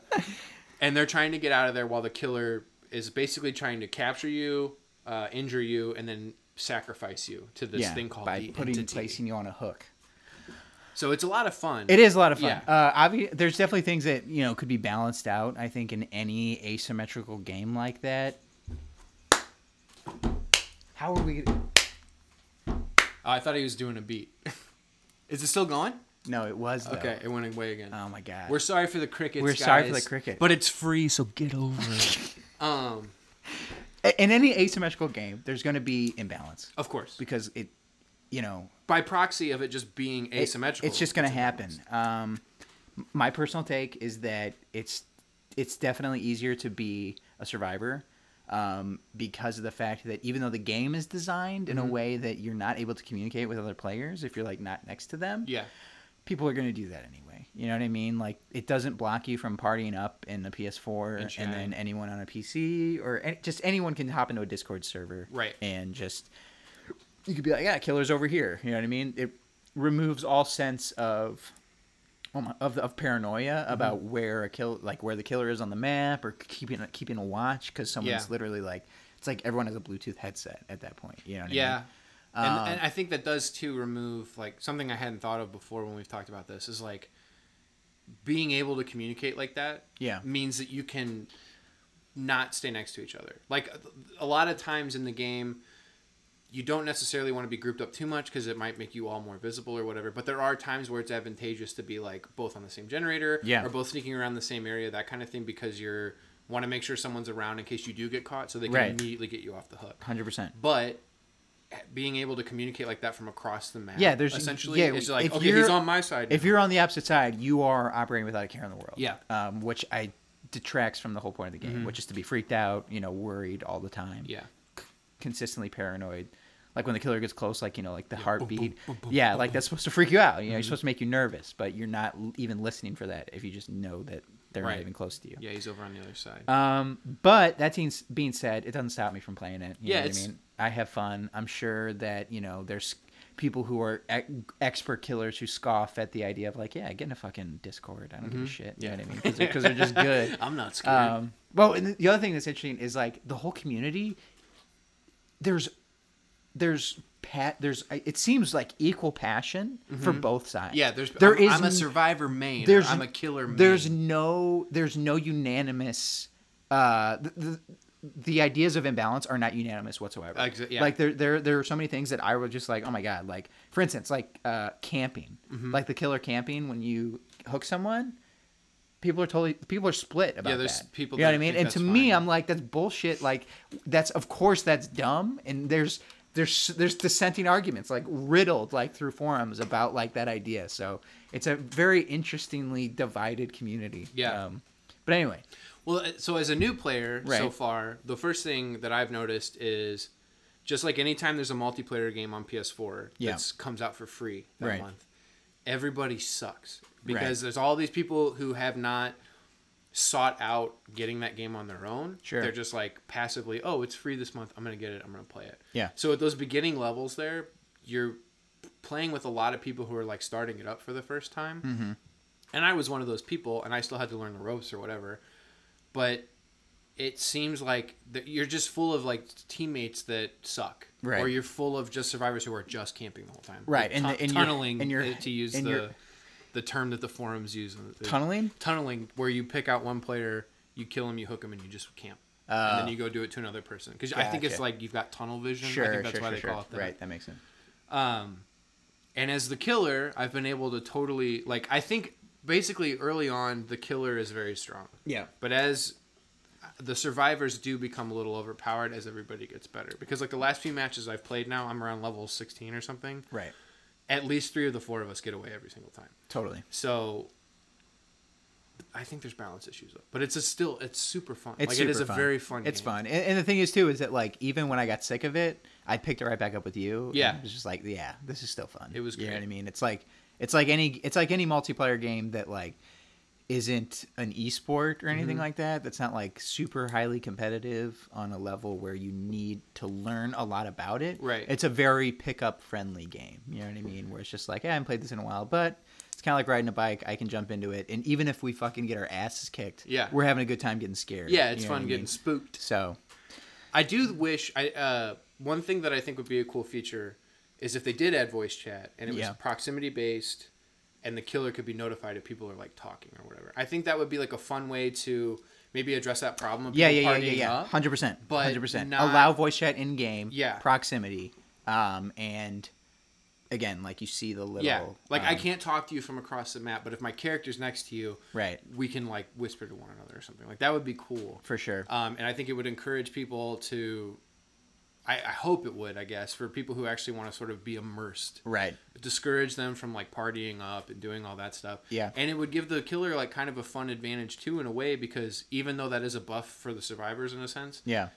S2: and they're trying to get out of there while the killer is basically trying to capture you, uh, injure you, and then sacrifice you to this
S1: yeah,
S2: thing called
S1: by
S2: the
S1: putting
S2: entity.
S1: placing you on a hook.
S2: So it's a lot of fun.
S1: It is a lot of fun.
S2: Yeah.
S1: Uh, obvi- there's definitely things that you know could be balanced out. I think in any asymmetrical game like that. How are we?
S2: Oh, I thought he was doing
S1: (laughs)
S2: a beat. Is it still going?
S1: No, it was though.
S2: Okay, it went away again.
S1: Oh my god.
S2: We're sorry for the crickets.
S1: We're sorry for
S2: guys,
S1: the cricket.
S2: but it's free, so get over it.
S1: (laughs)
S2: um,
S1: A- in any asymmetrical game, there's going to be imbalance
S2: of course,
S1: because it, you know,
S2: by proxy of it just being
S1: it-
S2: asymmetrical,
S1: it's just going to
S2: it's imbalanced.
S1: happen. Um, m- my personal take is that it's it's definitely easier to be a survivor um, because of the fact that even though the game is designed in
S2: Mm-hmm.
S1: a way that you're not able to communicate with other players if you're like not next to them,
S2: Yeah,
S1: people are going to do that anyway. You know what I mean? Like it doesn't block you from partying up in the PS4 and,
S2: chatting.
S1: then anyone on a PC or any, just anyone can hop into a Discord server.
S2: Right.
S1: And just you could be like, yeah, killer's over here. You know what I mean? It removes all sense of oh my, of of paranoia
S2: Mm-hmm.
S1: about where a kill like where the killer is on the map or keeping keeping a watch cuz someone's
S2: Yeah.
S1: literally like it's like everyone has a bluetooth headset at that point. You know what I mean? Um,
S2: yeah. And, and I think that does too remove like something I hadn't thought of before when we've talked about this is like being able to communicate like that.
S1: Yeah.
S2: means that you can not stay next to each other. Like a lot of times in the game, you don't necessarily want to be grouped up too much because it might make you all more visible or whatever. But there are times where it's advantageous to be like both on the same generator,
S1: Yeah.
S2: or both sneaking around the same area, that kind of thing, because you're want to make sure someone's around in case you do get caught, so they can
S1: Right.
S2: immediately get you off the hook.
S1: 100%.
S2: But being able to communicate like that from across the map,
S1: Yeah, there's
S2: essentially
S1: yeah,
S2: it's like
S1: if
S2: okay, he's
S1: you're-
S2: on my side.
S1: If
S2: now.
S1: you're on the opposite side, you are operating without a care in the world.
S2: Yeah. Mm-hmm.
S1: Um, which I detracts from the whole point of the game, which is to be freaked out, you know, worried all the time.
S2: yeah,
S1: Consistently paranoid. Like when the killer gets close, like you know, like the heartbeat. yeah, like that's supposed to freak you out. You
S2: Mm-hmm.
S1: know, you're supposed to make you nervous, but you're not l- even listening for that if you just know that they're
S2: Right.
S1: not even close to you.
S2: yeah, he's over on the other side.
S1: Um, but that being, being said, it doesn't stop me from playing it. You
S2: Yeah,
S1: know what I
S2: it's-
S1: mean, I have fun. I'm sure that you know there's people who are ex- expert killers who scoff at the idea of like, yeah, get in a fucking Discord. I don't give a shit. You know what I mean? Because they're, 'cause they're just good.
S2: Mm-hmm. (laughs) I'm not scared.
S1: Um, well, and the other thing that's interesting is like the whole community. There's, there's pat. There's it seems like equal passion for both sides.
S2: Mm-hmm. yeah, there's.
S1: there
S2: I'm,
S1: is
S2: I'm a
S1: n-
S2: survivor main. or
S1: There's
S2: I'm a killer main.
S1: There's no there's no unanimous. Uh, the, the, the ideas of imbalance are not unanimous whatsoever.
S2: Exa- yeah.
S1: Like there, there, there are so many things that I was just like, oh my god. Like for instance, like uh, camping,
S2: Mm-hmm.
S1: like the killer camping when you hook someone. People are totally people are split about
S2: Yeah, there's
S1: that.
S2: people
S1: You know
S2: that
S1: what I mean?
S2: think
S1: And
S2: that's
S1: to me,
S2: fine.
S1: I'm like, that's bullshit. Like that's of course that's dumb. And there's there's there's dissenting arguments like riddled like through forums about like that idea. So it's a very interestingly divided community. Um,
S2: Yeah.
S1: but anyway,
S2: Well, uh, so as a new player so
S1: Right.
S2: far, the first thing that I've noticed is just like anytime there's a multiplayer game on PS4
S1: Yeah.
S2: that comes out for free that
S1: Right.
S2: month, everybody sucks because there's all these people who have not sought out getting that game on their own.
S1: Sure.
S2: They're just like passively, "Oh, it's free this month. I'm going to get it. I'm going to play it."
S1: Yeah.
S2: So at those beginning levels there, you're playing with a lot of people who are like starting it up for the first time. Mm-hmm. And I was one of those people and I still had to learn the ropes or whatever. But it seems like that you're just full of like teammates that suck.
S1: Right.
S2: Or you're full of just survivors who are just camping the whole time.
S1: Right,
S2: You're
S1: and
S2: tu-
S1: the- and you're-
S2: tunneling
S1: and you're-
S2: uh, to use
S1: and
S2: the
S1: you're-
S2: the term that the forums use. in the-
S1: Tunneling?
S2: Tunneling, where you pick out one player, you kill him, you hook him, and you just camp. and then you go do it to another person. Because I think it's
S1: Oh. Gotcha.
S2: like you've got tunnel vision.
S1: sure,
S2: I think that's
S1: sure,
S2: why
S1: sure,
S2: they
S1: sure.
S2: call it that.
S1: Right, that makes sense.
S2: And as the killer, I've been able to totally like I think basically early on the killer is very strong.
S1: Yeah.
S2: But as the survivors do become a little overpowered as everybody gets better because like the last few matches I've played now, I'm around level 16 or something.
S1: Right,
S2: At least 3 of the 4 of us get away every single time.
S1: totally.
S2: So I think there's balance issues though. But it's a still it's super fun.
S1: It's
S2: like
S1: super
S2: it is a
S1: fun.
S2: very fun
S1: It's
S2: game.
S1: fun, and, and the thing is too is that like even when I got sick of it, I picked it right back up with you. and
S2: Yeah.
S1: it was just like yeah, this is still fun.
S2: It was
S1: You know what
S2: great.
S1: I mean? It's like it's like any it's like any multiplayer game that like isn't an esport or anything
S2: Mm-hmm.
S1: like that. That's not like super highly competitive on a level where you need to learn a lot about it.
S2: Right.
S1: It's a very pickup friendly game. You know what I mean? Where it's just like, hey, I haven't played this in a while, but. It's kind of like riding a bike. I can jump into it, and even if we fucking get our asses kicked,
S2: Yeah.
S1: we're having a good time getting scared.
S2: Yeah, it's
S1: You know what
S2: fun
S1: I
S2: getting
S1: mean?
S2: spooked.
S1: So
S2: I do wish I uh, one thing that I think would be a cool feature is if they did add voice chat and it was
S1: Yeah.
S2: proximity based and the killer could be notified if people are like talking or whatever. I think that would be like a fun way to maybe address that problem of
S1: yeah,
S2: people
S1: yeah, yeah, yeah,
S2: partying
S1: yeah,
S2: up.
S1: hundred percent,
S2: but
S1: hundred percent.
S2: not-
S1: Allow voice chat in game.
S2: Yeah.
S1: proximity, um, and again, like you see the little.
S2: Yeah. Like I
S1: um,
S2: can't talk to you from across the map, but if my character's next to you,
S1: Right.
S2: we can like whisper to one another or something. Like that would be cool.
S1: For sure.
S2: Um, and I think it would encourage people to I, I hope it would, I guess, for people who actually want to sort of be immersed
S1: Right.
S2: discourage them from like partying up and doing all that stuff.
S1: Yeah.
S2: And it would give the killer like kind of a fun advantage too in a way because even though that is a buff for the survivors in a sense,
S1: Yeah.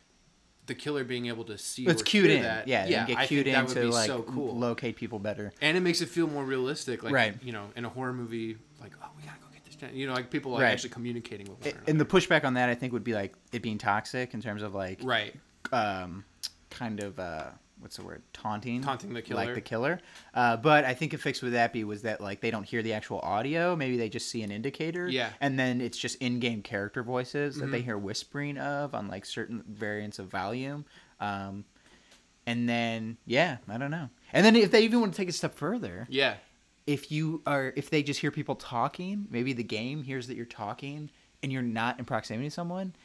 S2: the killer being able to see
S1: It's
S2: or
S1: cued
S2: hear
S1: in.
S2: that,
S1: yeah, yeah. Get
S2: I
S1: cued
S2: think
S1: in
S2: that would
S1: to
S2: be
S1: like
S2: so cool.
S1: locate people better.
S2: and it makes it feel more realistic, like
S1: Right.
S2: you know, in a horror movie, like oh we gotta go get this, done. you know, like people like
S1: Right.
S2: actually communicating with one another.
S1: And the pushback on that, I think, would be like it being toxic in terms of like
S2: right,
S1: um, kind of uh, what's the word taunting
S2: Taunting the killer.
S1: like the killer uh, but i think a fix with that be was that like they don't hear the actual audio maybe they just see an indicator
S2: Yeah. Mm-hmm.
S1: and then it's just in-game character voices that they hear whispering of on like certain variants of volume um, and then yeah i don't know and then if they even want to take it a step further
S2: yeah,
S1: if you are if they just hear people talking maybe the game hears that you're talking and you're not in proximity to someone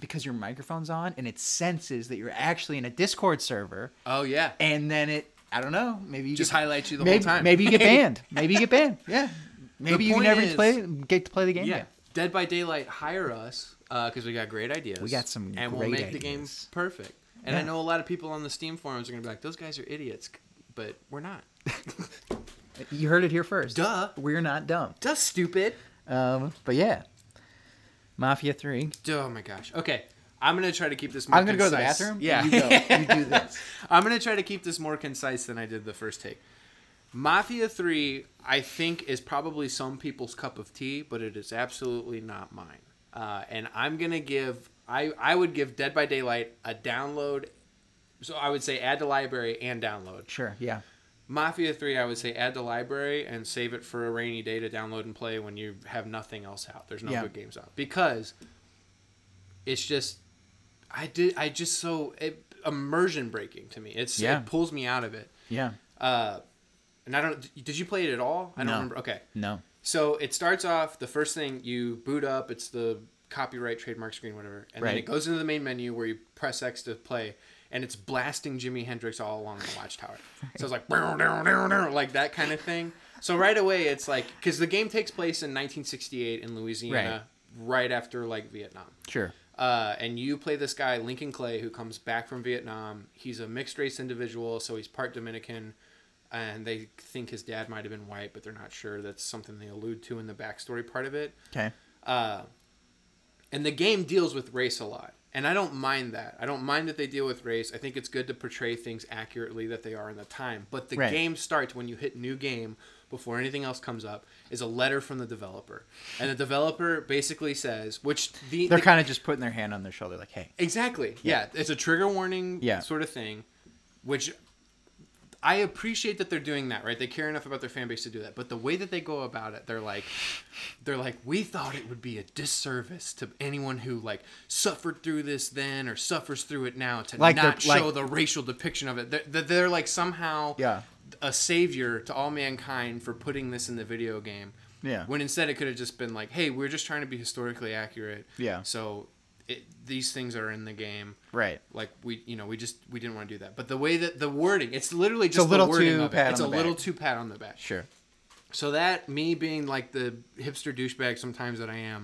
S1: because your microphone's on and it senses that you're actually in a discord server
S2: oh yeah,
S1: and then it i don't know maybe you
S2: Just
S1: get-
S2: highlights you the whole
S1: maybe,
S2: time.
S1: maybe you
S2: (laughs)
S1: get banned maybe you get banned yeah maybe you
S2: point
S1: never
S2: is-
S1: play get to play the game
S2: yeah.
S1: again.
S2: Dead by Daylight hire us because we got great ideas.
S1: We got some
S2: and we'll
S1: great
S2: make the game
S1: ideas.
S2: perfect. And I
S1: Yeah.
S2: know a lot of people on the Steam forums are gonna be like, "Those guys are idiots," but we're not.
S1: you heard it here first
S2: Duh. (laughs)
S1: we're not dumb
S2: Duh, stupid.
S1: um but yeah mafia 3
S2: Oh my gosh. Okay, I'm gonna try to keep this. More
S1: i'm gonna go to the
S2: concise.
S1: bathroom
S2: Yeah,
S1: you go you do
S2: (laughs)
S1: this
S2: I'm gonna try to keep this more concise than I did the first take. Mafia Three, I think, is probably some people's cup of tea, but it is absolutely not mine. Uh, and I'm gonna give I I would give Dead by Daylight a download. So I would say add to library and download.
S1: sure yeah
S2: Mafia 3, I would say add to library and save it for a rainy day to download and play when you have nothing else out. There's no
S1: Yeah.
S2: good games out. Because it's just I did I just so it, immersion breaking to me. It's
S1: Yeah.
S2: it pulls me out of it. Uh,
S1: Yeah.
S2: And I don't did you play it at all? I don't
S1: No.
S2: remember. Okay.
S1: No.
S2: So it starts off the first thing you boot up. It's the copyright trademark screen, whatever, and then
S1: Right.
S2: it goes into the main menu where you press X to play, and it's blasting Jimi Hendrix all along the watchtower. So it's like "Bow, dow, dow, dow," like that kind of thing. So right away it's like because the game takes place in 1968 in Louisiana, right, after like Vietnam.
S1: Sure.
S2: Uh, and you play this guy Lincoln Clay who comes back from Vietnam. He's a mixed race individual, so he's part Dominican, and they think his dad might have been white, but they're not sure. That's something they allude to in the backstory part of it.
S1: Okay.
S2: And the game deals with race a lot, and I don't mind that. I don't mind that they deal with race. I think it's good to portray things accurately that they are in the time. But the
S1: Right.
S2: game starts when you hit new game before anything else comes up is a letter from the developer, and the developer basically says, which the
S1: They're
S2: the-
S1: kind of just putting their hand on their shoulder, like, "Hey,
S2: Exactly. Yeah. It's a trigger warning
S1: Yeah.
S2: sort of thing, which I appreciate that they're doing that, right? They care enough about their fan base to do that. But the way that they go about it, they're like they're like we thought it would be a disservice to anyone who like suffered through this then or suffers through it now to
S1: Like
S2: not
S1: they're- like-
S2: show the racial depiction of it. They're, they're, they're like somehow
S1: Yeah.
S2: a savior to all mankind for putting this in the video game.
S1: Yeah.
S2: When instead it could have just been like, "Hey, we're just trying to be historically accurate."
S1: Yeah.
S2: So it, these things are in the game.
S1: Right.
S2: Like we, you know, we just we didn't want to do that. But the way that the wording, it's literally just
S1: a little
S2: the wording
S1: too
S2: of it.
S1: pat
S2: it's
S1: on
S2: a
S1: the
S2: little
S1: back.
S2: too pat on the back.
S1: sure."
S2: So that me being like the hipster douchebag sometimes that I am,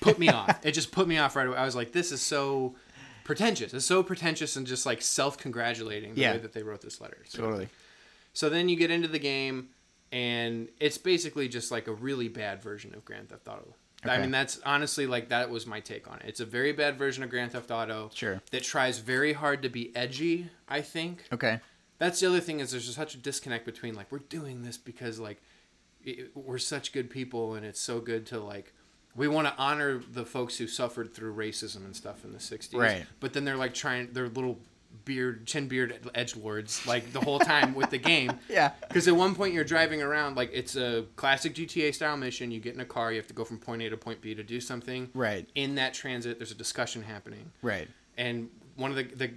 S2: put
S1: (laughs)
S2: me off. It just put me off right away. I was like, this is so pretentious. It's so pretentious and just like self-congratulating the
S1: Yeah.
S2: way that they wrote this letter. So-
S1: Totally.
S2: so then you get into the game, and it's basically just like a really bad version of Grand Theft Auto. I
S1: Okay.
S2: mean, that's honestly like that was my take on it. It's a very bad version of Grand Theft Auto.
S1: Sure.
S2: That tries very hard to be edgy. I think.
S1: Okay.
S2: That's the other thing is there's just such a disconnect between like we're doing this because like it, we're such good people and it's so good to like we want to honor the folks who suffered through racism and stuff in the 60s
S1: Right.
S2: but then they're like trying their little beard chin beard edge lords like the whole time with the game
S1: (laughs) Yeah.
S2: because at one point you're driving around like it's a classic gta style mission you get in a car you have to go from point a to point b to do something
S1: Right.
S2: in that transit there's a discussion happening
S1: Right.
S2: and one of the the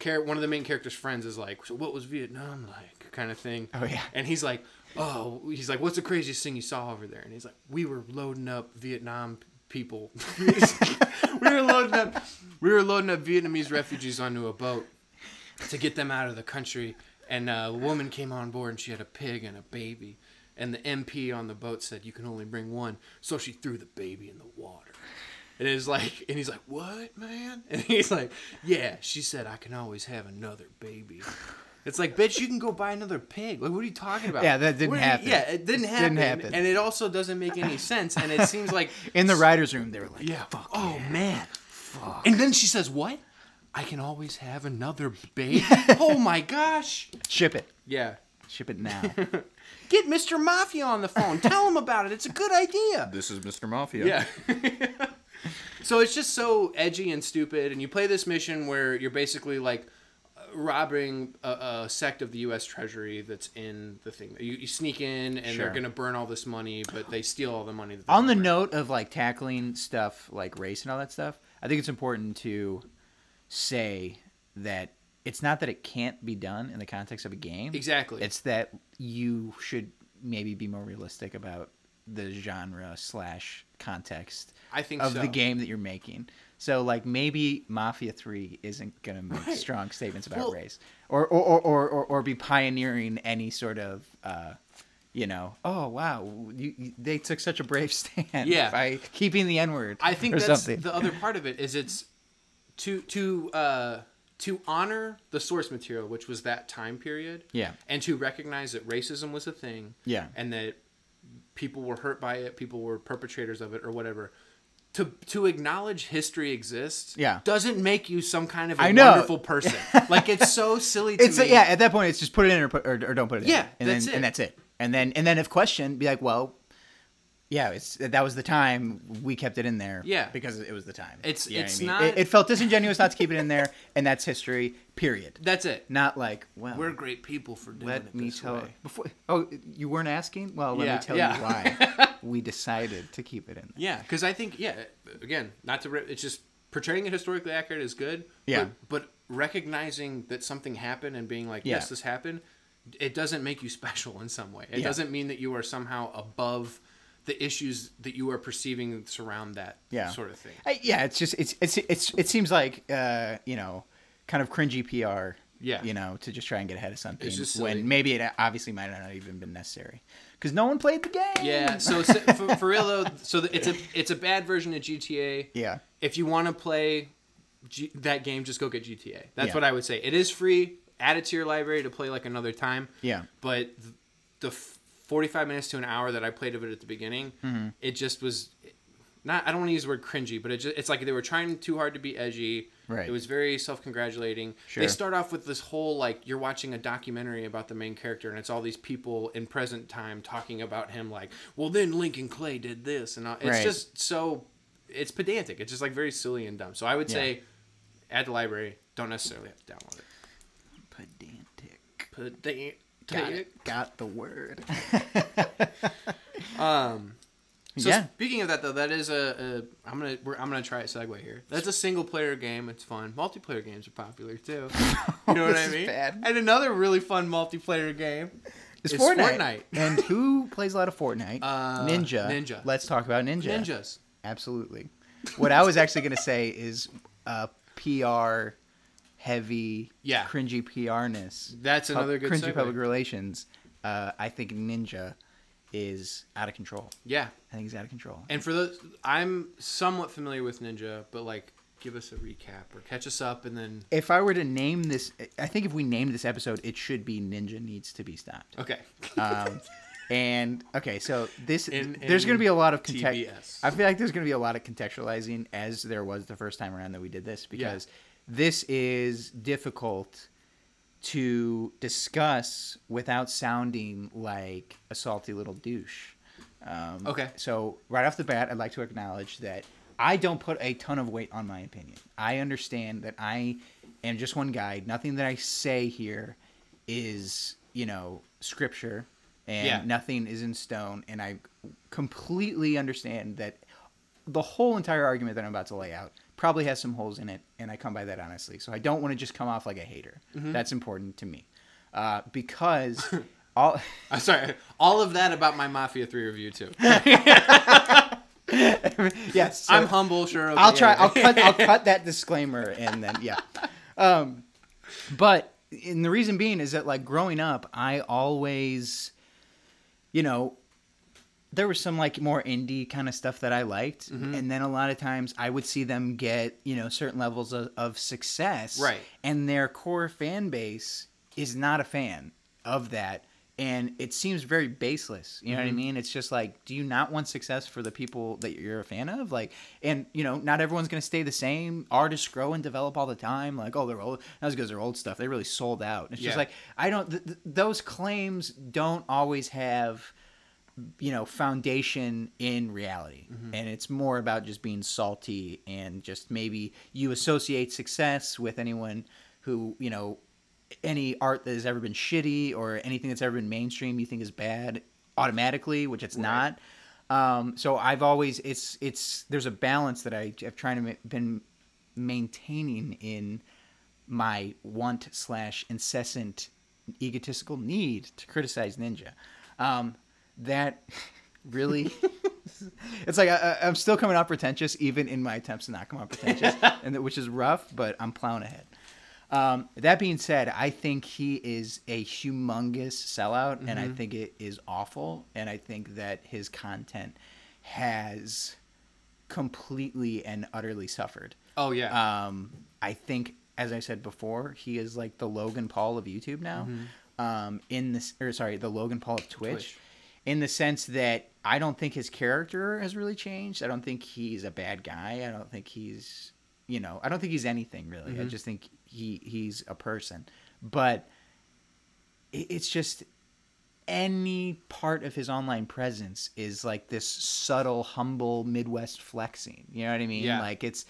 S2: char- one of the main character's friends is like, "So what was Vietnam like?" kind of thing.
S1: Oh, yeah.
S2: And he's like, "Oh, he's like, what's the craziest thing you saw over there?" And he's like, "We were loading up Vietnam people. (laughs) we were loading up we were loading up Vietnamese refugees onto a boat to get them out of the country. And uh, a woman came on board and she had a pig and a baby. And the MP on the boat said, You can only bring one. So she threw the baby in the water. And it's like, and he's like, What, man? (laughs) And he's like, Yeah, she said, I can always have another baby. It's like, bitch, you can go buy another pig. Like, what are you talking about?
S1: Yeah, that didn't
S2: What are you-
S1: happen.
S2: Yeah, it didn't happen.
S1: happen.
S2: And it also doesn't make any sense. And it seems like
S1: (laughs) In the writers' room, they were like,
S2: yeah. oh man. And then she says, "What? I can always have another baby." oh my gosh.
S1: "Ship it,
S2: Yeah.
S1: ship it now."
S2: Get Mr. Mafia on the phone. Tell him about it. It's a good idea.
S3: (laughs)
S8: This is Mr. Mafia.
S2: Yeah. so it's just so edgy and stupid and you play this mission where you're basically like uh, robbing a, a sect of the U.S. Treasury that's in the thing. You, you sneak in and
S1: Sure.
S2: they're gonna burn all this money, but they steal all the money. That they're
S1: on the
S2: gonna burn.
S1: note of like tackling stuff like race and all that stuff, I think it's important to say that it's not that it can't be done in the context of a game.
S2: Exactly.
S1: It's that you should maybe be more realistic about the genre slash context
S2: I think
S1: of
S2: so.
S1: the game that you're making. So like maybe Mafia Three isn't gonna make strong statements about
S2: Well-
S1: race. Or or, or, or, or or be pioneering any sort of uh, you know, oh wow, you, you, they took such a brave (laughs) stand
S2: Yeah.
S1: by keeping the N word.
S2: I think
S1: or
S2: that's
S1: something.
S2: the other part of it is it's to to uh, to honor the source material, which was that time period.
S1: Yeah.
S2: And to recognize that racism was a thing.
S1: Yeah.
S2: And that people were hurt by it, people were perpetrators of it, or whatever. To, to acknowledge history exists
S1: Yeah.
S2: doesn't make you some kind of a
S1: I know. (laughs)
S2: wonderful person. like it's so silly to
S1: it's
S2: me.
S1: yeah. At that point, it's just put it in or, put, or, or don't put it in.
S2: Yeah,
S1: and
S2: that's
S1: then
S2: it.
S1: and that's it. And then and then if questioned, be like, well, Yeah, it's that was the time we kept it in there.
S2: Yeah.
S1: because it was the time.
S2: It's-
S1: You know what
S2: it's
S1: I mean?
S2: not-
S1: It, it felt disingenuous not to keep it in there, and that's history. Period.
S2: That's it.
S1: Not like well,
S2: We're great people for doing
S1: let
S2: it
S1: me
S2: this
S1: tell
S2: way.
S1: before. Oh, you weren't asking. Well, let
S2: Yeah,
S1: me tell
S2: yeah.
S1: you
S2: (laughs)
S1: why we decided to keep it in. there.
S2: Yeah, because I think yeah, again, not to rip, it's just portraying it historically accurate is good.
S1: Yeah.
S2: but, but recognizing that something happened and being like,
S1: Yeah.
S2: yes, this happened, it doesn't make you (laughs) special in some way. It
S1: Yeah.
S2: doesn't mean that you are somehow above the issues that you are perceiving that surround that
S1: Yeah.
S2: sort of thing.
S1: I, yeah, it's just it's it's it's it seems like uh you know kind of cringy PR.
S2: Yeah.
S1: you know to just try and get ahead of something
S2: It's just silly.
S1: when maybe it obviously might not have even been necessary because no one played the game.
S2: Yeah. So s- for, for real though, so the, it's a it's a bad version of GTA.
S1: Yeah.
S2: If you want to play G- that game, just go get GTA. That's
S1: Yeah.
S2: what I would say. It is free. Add it to your library to play like another time.
S1: Yeah.
S2: But th- the f- forty-five minutes to an hour that I played of it at the beginning,
S1: Mm-hmm.
S2: it just was not. I don't want to use the word cringy, but it just, it's like they were trying too hard to be edgy.
S1: Right.
S2: It was very self-congratulating. They
S1: Sure.
S2: start off with this whole like you're watching a documentary about the main character, and it's all these people in present time talking about him. Like, well, then Lincoln Clay did this, and all. it's
S1: Right.
S2: just so it's pedantic. It's just like very silly and dumb. So I would say, at the library, don't necessarily have to download
S1: pedantic.
S2: it. Pedantic.
S1: Got it. Got the (laughs) word.
S2: Um, So
S1: Yeah.
S2: speaking of that though, that is a, a I'm gonna we're, I'm gonna try a segue here. That's a single player game. It's fun. Multiplayer games are popular too. (laughs) You know what
S1: (laughs) This
S2: I
S1: is
S2: mean?
S1: bad.
S2: And another really fun multiplayer game.
S1: It's,
S2: It's
S1: Fortnite.
S2: Fortnite.
S1: and who plays a lot of Fortnite?
S2: Uh,
S1: Ninja.
S2: Ninja.
S1: Let's talk about Ninja.
S2: Ninjas.
S1: Absolutely. What I was actually going to say is uh, PR heavy,
S2: Yeah.
S1: cringy PRness.
S2: That's
S1: pub-
S2: another good
S1: cringy
S2: segue.
S1: public relations. Uh, I think Ninja is out of control.
S2: Yeah.
S1: I think he's out of control.
S2: And for those, I'm somewhat familiar with Ninja, but like, give us a recap or catch us up, and then
S1: if I were to name this, I think if we named this episode, it should be Ninja Needs to Be Stopped.
S2: okay. (laughs)
S1: Um, and okay, so this
S2: In-
S1: there's going to be a lot of
S2: TBS.
S1: context. I feel like there's going to be a lot of contextualizing as there was the first time around that we did this because this is difficult to discuss without sounding like a salty little douche. Um,
S2: Okay.
S1: So right off the bat, I'd like to acknowledge that I don't put a ton of weight on my opinion. I understand that I am just one guy. Nothing that I say here is, you know, scripture, and
S2: Yeah.
S1: nothing is in stone. And I completely understand that the whole entire argument that I'm about to lay out probably has some holes in it, and I come by that honestly. So I don't want to just come off like a hater. That's important to me, uh, because (laughs) all.
S2: I'm sorry. All of that about my Mafia Three
S1: (laughs)
S2: review too.
S1: yes, (laughs) so-
S2: I'm humble, sure. okay,
S1: I'll try.
S2: yeah,
S1: I'll
S2: okay. (laughs)
S1: cut. I'll cut that disclaimer, and then yeah. Um, but and the reason being is that like growing up, I always, you know, there was some like more indie kind of stuff that I liked,
S2: Mm-hmm.
S1: and then a lot of times I would see them get you know certain levels of, of success,
S2: Right.
S1: And their core fan base is not a fan of that. And it seems very baseless. You know what I mean? It's just like, do you not want success for the people that you're a fan of? Like, and you know, not everyone's going to stay the same. Artists grow and develop all the time. Like, oh, they're old. That was because they're old stuff. They really sold out. It's
S2: Yeah.
S1: just like, I don't, th- th- those claims don't always have you know foundation in reality and it's more about just being salty and just maybe you associate success with anyone who you know any art that has ever been shitty or anything that's ever been mainstream you think is bad automatically which it's not um, so i've always it's it's there's a balance that i have trying to ma- been maintaining in my want slash incessant egotistical need to criticize ninja um, that (laughs) really it's like I, I- i'm still coming out pretentious even in my attempts to not come out pretentious and that, which is rough but i'm plowing ahead um, that being said i think he is a humongous sellout and i think it is awful and i think that his content has completely and utterly suffered
S2: Oh yeah.
S1: um, I think, as I said before, he is like the Logan Paul of YouTube now. Um, in this, or sorry, the Logan Paul of Twitch,
S2: Mm-hmm. Twitch.
S1: in the sense that I don't think his character has really changed. I don't think he's a bad guy. I don't think he's, you know, I don't think he's anything really.
S2: Mm-hmm.
S1: I just think he he's a person, but it, it's just any part of his online presence is like this subtle, humble Midwest flexing. You know what I mean?
S2: Yeah.
S1: Like it's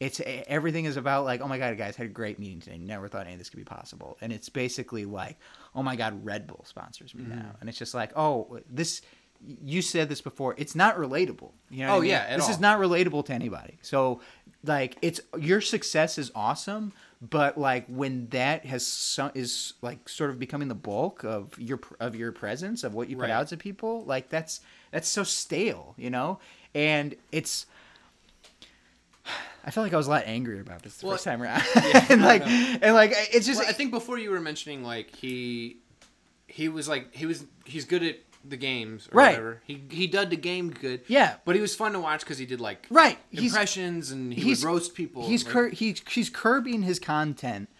S1: it's e, everything is about like, oh my god, guys had a great meeting today. Never thought any of this could be possible. And it's basically like, oh my god, Red Bull sponsors me
S2: Mm-hmm.
S1: now. And it's just like, oh, this. You said this before. It's not relatable. You know what
S2: Oh,
S1: I mean?
S2: yeah, at
S1: this
S2: all.
S1: is not relatable to anybody. So like it's your success is awesome, but like when that has so, is like sort of becoming the bulk of your of your presence of what you put
S2: Right.
S1: out to people, like that's that's so stale, you know? And it's I felt like I was a lot angrier about this the
S2: Well,
S1: first time around. (laughs) and like and like it's just
S2: Well, I think before you were mentioning like he he was like he was he's good at the games or
S1: Right.
S2: whatever. He he did the game good.
S1: Yeah.
S2: But he was fun to watch because he did like
S1: Right. He's-
S2: impressions and he would roast people.
S1: He's
S2: like,
S1: cur- he's she's curbing his content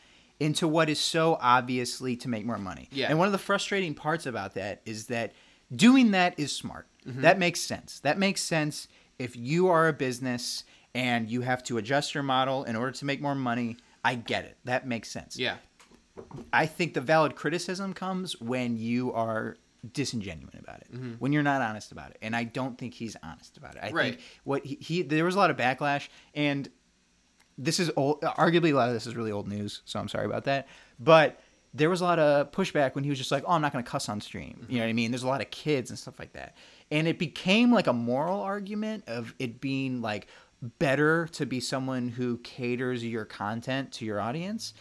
S1: into what is so obviously to make more money.
S2: Yeah.
S1: And one of the frustrating parts about that is that doing that is smart.
S2: Mm-hmm.
S1: That makes sense. That makes sense if you are a business and you have to adjust your model in order to make more money. I get it. That makes sense.
S2: yeah.
S1: I think the valid criticism comes when you are disingenuous about it,
S2: Mm-hmm.
S1: when you're not honest about it. And I don't think he's honest about it. I
S2: Right.
S1: think what he, he there was a lot of backlash, and this is old. Arguably, a lot of this is really old news, so I'm sorry about that. But there was a lot of pushback when he was just like, "Oh, I'm not going to cuss on stream." You know what I mean? There's a lot of kids and stuff like that, and it became like a moral argument of it being like better to be someone who caters your content to your audience.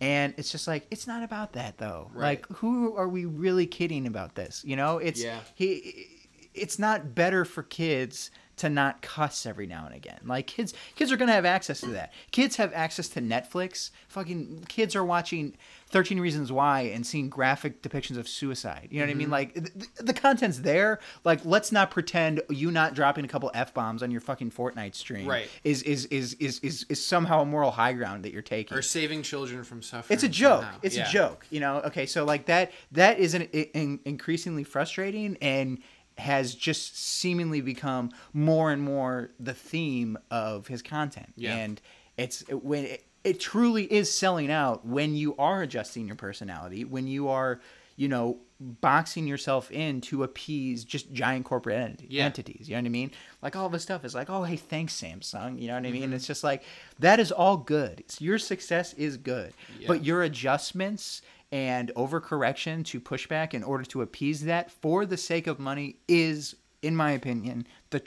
S1: And it's just like it's not about that though.
S2: Right.
S1: Like, who are we really kidding about this? You know, it's
S2: Yeah.
S1: he it's not better for kids to not cuss every now and again. Like kids kids are going to have access to that. Kids have access to Netflix. Fucking kids are watching 13 Reasons Why and seeing graphic depictions of suicide. You know what I mean? Like th- th- the content's there. Like let's not pretend you not dropping a couple F-bombs on your fucking Fortnite stream
S2: Right.
S1: is is is is is, is somehow a moral high ground that you're taking.
S2: Or saving children from suffering.
S1: It's a joke.
S2: somehow.
S1: It's
S2: Yeah.
S1: a joke. You know. Okay, so like that that is an, in, increasingly frustrating and has just seemingly become more and more the theme of his content.
S2: Yeah.
S1: And it's when it, it truly is selling out when you are adjusting your personality, when you are, you know, boxing yourself in to appease just giant corporate entities
S2: Yeah.
S1: entities. You know what I mean? Like all this stuff is like, oh, hey, thanks, Samsung. You know what I mean? It's just like that is all good. It's, your success is good, but your adjustments and overcorrection to pushback in order to appease that for the sake of money is, in my opinion, the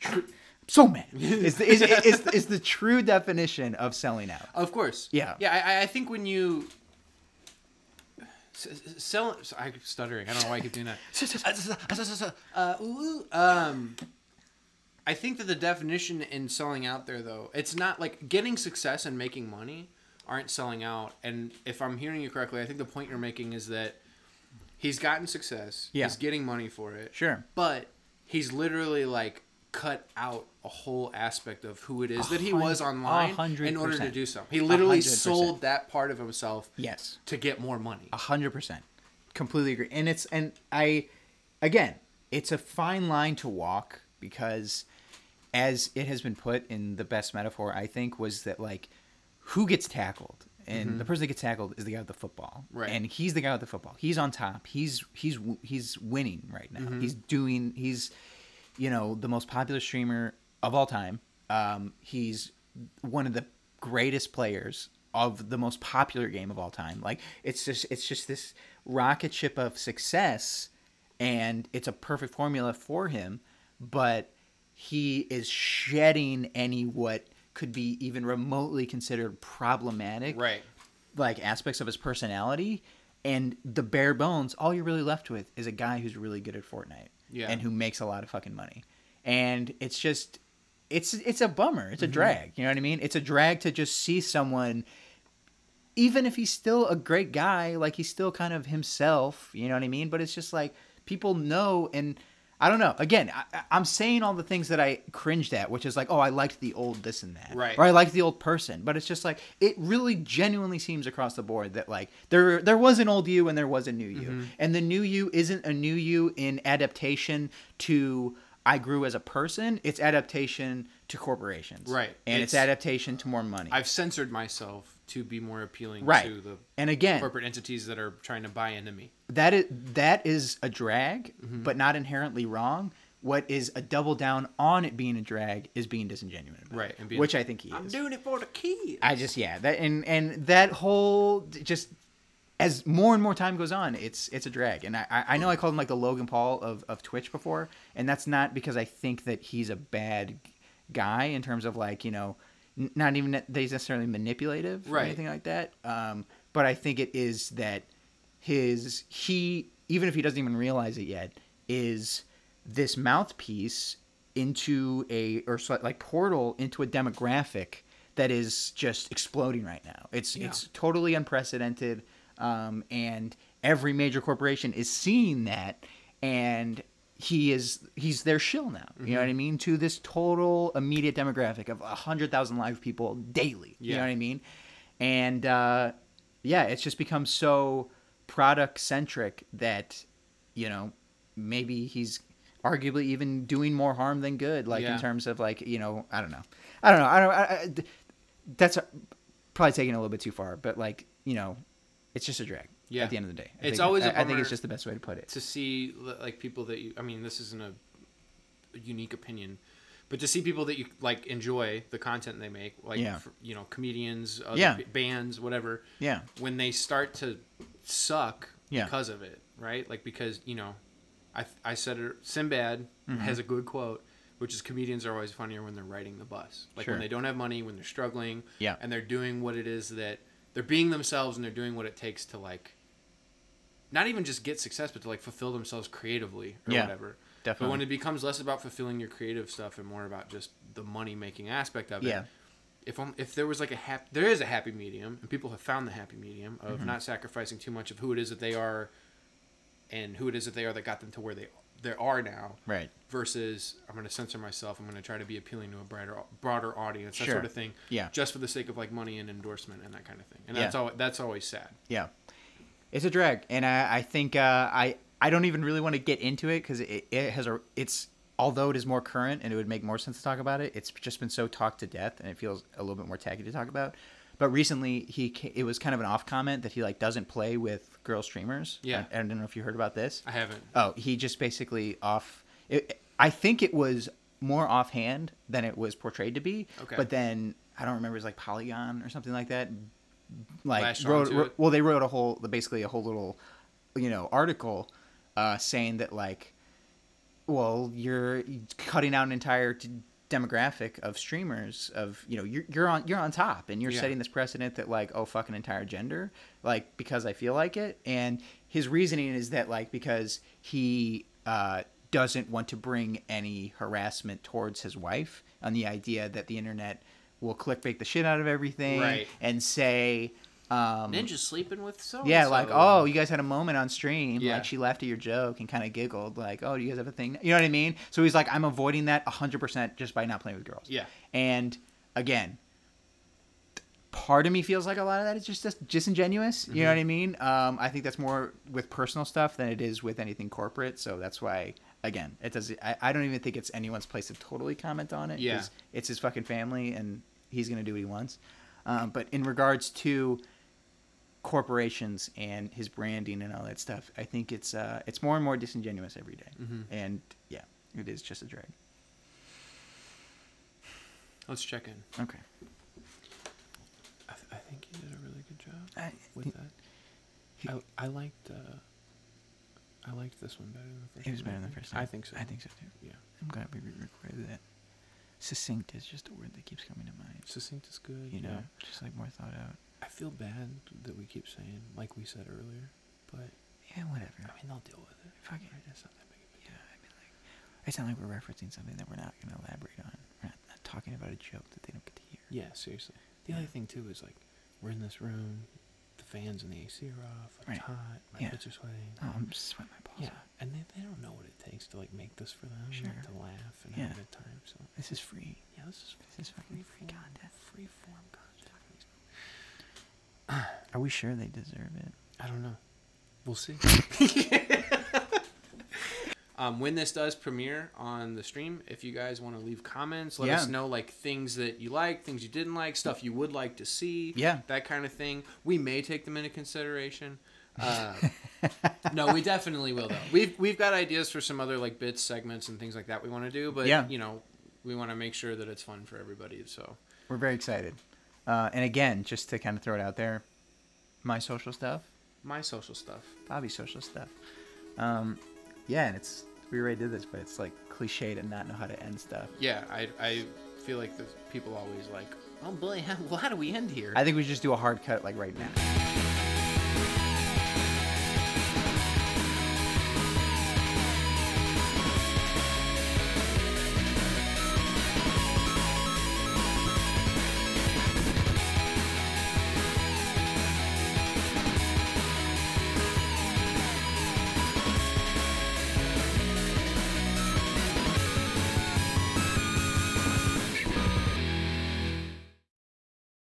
S1: tr- so mad (laughs) is the, is, is, is the true definition of selling out.
S2: Of course.
S1: Yeah.
S2: Yeah. I- I, I think when you s- s- sell, s- I'm stuttering. I don't know why I keep doing that. Uh, ooh, um, I think that the definition in selling out there, though, it's not like getting success and making money aren't selling out. And if I'm hearing you correctly, I think the point you're making is that he's gotten success.
S1: Yeah.
S2: He's getting money for it.
S1: Sure.
S2: But he's literally like cut out a whole aspect of who it is that he was
S1: hundred- a
S2: online in
S1: hundred
S2: order to
S1: percent.
S2: do something. He
S1: A
S2: literally
S1: hundred percent.
S2: sold that part of himself
S1: Yes.
S2: to get more money.
S1: A hundred percent. Completely agree. And it's and I again, it's a fine line to walk because as it has been put in the best metaphor, I think, was that like who gets tackled? And the person that gets tackled is the guy with the football.
S2: Right.
S1: And he's the guy with the football. He's on top. He's he's w- he's winning right now. He's doing he's you know, the most popular streamer of all time. Um, he's one of the greatest players of the most popular game of all time. Like it's just it's just this rocket ship of success and it's a perfect formula for him, but he is shedding any what could be even remotely considered problematic
S2: Right.
S1: like aspects of his personality and the bare bones all you're really left with is a guy who's really good at Fortnite
S2: Yeah.
S1: and who makes a lot of fucking money and it's just it's it's a bummer it's a drag you know what i mean it's a drag to just see someone even if he's still a great guy, like he's still kind of himself, you know what I mean? But it's just like people know, and I don't know. Again, I, I- I'm saying all the things that I cringed at, which is like, oh, I liked the old this and that,
S2: Right.
S1: Or I liked the old person, but it's just like it really genuinely seems across the board that like there there was an old you
S2: Mm-hmm.
S1: and there was a new you, and the new you isn't a new you in adaptation to I grew as a person. It's adaptation to corporations,
S2: Right.
S1: And it's,
S2: It's-
S1: adaptation to more money.
S2: I've censored myself to be more appealing
S1: Right.
S2: to the
S1: And again-
S2: corporate entities that are trying to buy into me.
S1: that is that is a drag,
S2: Mm-hmm.
S1: but not inherently wrong. What is a double down on it being a drag is being disingenuous, about it,
S2: Right, and being-
S1: which I think he
S2: I'm
S1: is.
S2: doing it for the kids.
S1: I just yeah that and and that whole d- just as more and more time goes on, it's it's a drag. And I I I know I called him like the Logan Paul of of Twitch before, and that's not because I think that he's a bad guy in terms of like you know n- not even that he's necessarily manipulative or
S2: Right.
S1: anything like that. Um, but I think it is that his he even if he doesn't even realize it yet is this mouthpiece into a or sli- like portal into a demographic that is just exploding right now. It's it's totally unprecedented, um, and every major corporation is seeing that, and he is he's their shill now. You know what I mean? To this total immediate demographic of hundred thousand live people daily. You know
S2: Yeah.
S1: what I mean? And uh, yeah, it's just become so product centric that you know maybe he's arguably even doing more harm than good like
S2: Yeah.
S1: in terms of like you know i don't know i don't know i don't I, I, th- that's a, probably taking it a little bit too far but like you know it's just a drag
S2: Yeah.
S1: at the end of the day I
S2: It's
S1: think-
S2: always
S1: I,
S2: a
S1: I think
S2: bummer
S1: it's just the best way to put it
S2: to see li- like people that you i mean this isn't a unique opinion but to see people that you like enjoy the content they make like
S1: Yeah.
S2: f- you know comedians other
S1: Yeah.
S2: b- bands whatever
S1: Yeah.
S2: when they start to suck
S1: Yeah.
S2: because of it right like because you know i i said it sinbad
S1: Mm-hmm.
S2: has a good quote which is comedians are always funnier when they're riding the bus like
S1: Sure.
S2: when they don't have money when they're struggling
S1: Yeah.
S2: and they're doing what it is that they're being themselves and they're doing what it takes to like not even just get success, but to like fulfill themselves creatively or
S1: Yeah,
S2: whatever. But when
S1: definitely.
S2: it becomes less about fulfilling your creative stuff and more about just the money making aspect of
S1: Yeah.
S2: it. If I'm, if there was like a hap, there is a happy medium, and people have found the happy medium of
S1: Mm-hmm.
S2: not sacrificing too much of who it is that they are, and who it is that they are that got them to where they they are now.
S1: Right.
S2: Versus, I'm going to censor myself. I'm going to try to be appealing to a brighter, broader audience, that
S1: Sure.
S2: sort of thing.
S1: Yeah.
S2: Just for the sake of like money and endorsement and that kind of thing. And
S1: Yeah.
S2: that's all. That's always sad.
S1: yeah it's a drag and i, I think uh, i i don't even really want to get into it because it, it has a it's although it is more current and it would make more sense to talk about it it's just been so talked to death and it feels a little bit more tacky to talk about but recently he ca- it was kind of an off comment that he like doesn't play with girl streamers
S2: Yeah.
S1: i, I don't know if you heard about this
S2: I haven't.
S1: Oh, he just basically off. It, I think it was more offhand than it was portrayed to be.
S2: Okay.
S1: But then I don't remember. It was like Polygon or something like that. Like
S2: Latched
S1: wrote,
S2: onto
S1: wrote-
S2: it.
S1: well, they wrote a whole basically a whole little, you know, article, uh, saying that like, well, you're cutting out an entire t- demographic of streamers of you know you're, you're on you're on top and you're
S2: Yeah.
S1: setting this precedent that like oh fuck an entire gender like because i feel like it and his reasoning is that like because he uh, doesn't want to bring any harassment towards his wife on the idea that the internet will clickbait the shit out of everything
S2: Right.
S1: and say um,
S2: Ninja sleeping with so.
S1: yeah, like oh, you guys had a moment on stream.
S2: Yeah.
S1: Like she laughed at your joke and kind of giggled. Like oh, do you guys have a thing? You know what I mean? So he's like, I'm avoiding that 100 percent just by not playing with girls.
S2: Yeah.
S1: And again, part of me feels like a lot of that is just, just disingenuous.
S2: Mm-hmm.
S1: You know what I mean? Um, I think that's more with personal stuff than it is with anything corporate. So that's why. Again, it does. I, I don't even think it's anyone's place to totally comment on it. 'cause
S2: Yeah.
S1: it's his fucking family, and he's gonna do what he wants. Um, but in regards to corporations and his branding and all that stuff, I think it's uh, it's more and more disingenuous every day.
S2: Mm-hmm.
S1: And yeah, it is just a drag.
S2: Let's check in.
S1: Okay.
S2: I, th- I think you did a really good job
S1: I,
S2: with that. I, I liked. Uh, I liked this one better than the first.
S1: it was
S2: one,
S1: better
S2: I
S1: than the
S2: think.
S1: first time.
S2: I think so.
S1: I think so too.
S2: Yeah.
S1: I'm glad we re-recorded that. Succinct is just a word that keeps coming to mind.
S2: Succinct is good.
S1: You know,
S2: yeah.
S1: just like more thought out.
S2: I feel bad that we keep saying like we said earlier, but
S1: Yeah, whatever.
S2: I mean they'll deal with it.
S1: Fuck it.
S2: Right? It's not that big of a
S1: Yeah, I mean, like, it's not like we're referencing something that we're not going to elaborate on. We're not, not talking about a joke that they don't get to hear.
S2: deal. Yeah. Seriously. The other thing too is like we're in this room, the fans and the AC are off. It's
S1: Right.
S2: hot. My
S1: Yeah.
S2: kids are sweating.
S1: Oh, I'm just sweating my balls
S2: Yeah,
S1: off.
S2: and they, they don't know what it takes to like make this for them,
S1: Sure.
S2: like, to laugh and
S1: Yeah.
S2: have a good time. So
S1: This is free.
S2: yeah, this is
S1: This is fucking free
S2: form-
S1: content.
S2: Free form content.
S1: Are we sure they deserve it? (laughs)
S2: I don't know. We'll see. (laughs) Um, when this does premiere on the stream, if you guys want to leave comments, let
S1: Yeah.
S2: us know like things that you like, things you didn't like, stuff you would like to see,
S1: Yeah.
S2: that kind of thing. We may take them into consideration. Uh,
S1: (laughs)
S2: no, we definitely will though. We've we've got ideas for some other like bits, segments, and things like that we want to do, but
S1: Yeah.
S2: you know, we want to make sure that it's fun for everybody. So
S1: We're very excited. Uh, and again, just to kind of throw it out there, my social stuff,
S2: my social stuff.
S1: Bobby's social stuff. Um, yeah, and it's we already did this, but it's like cliche to not know how to end stuff.
S2: Yeah, I I feel like the people always like, oh boy, (laughs) how, well, how do we end here?
S1: I think we should just do a hard cut like right now.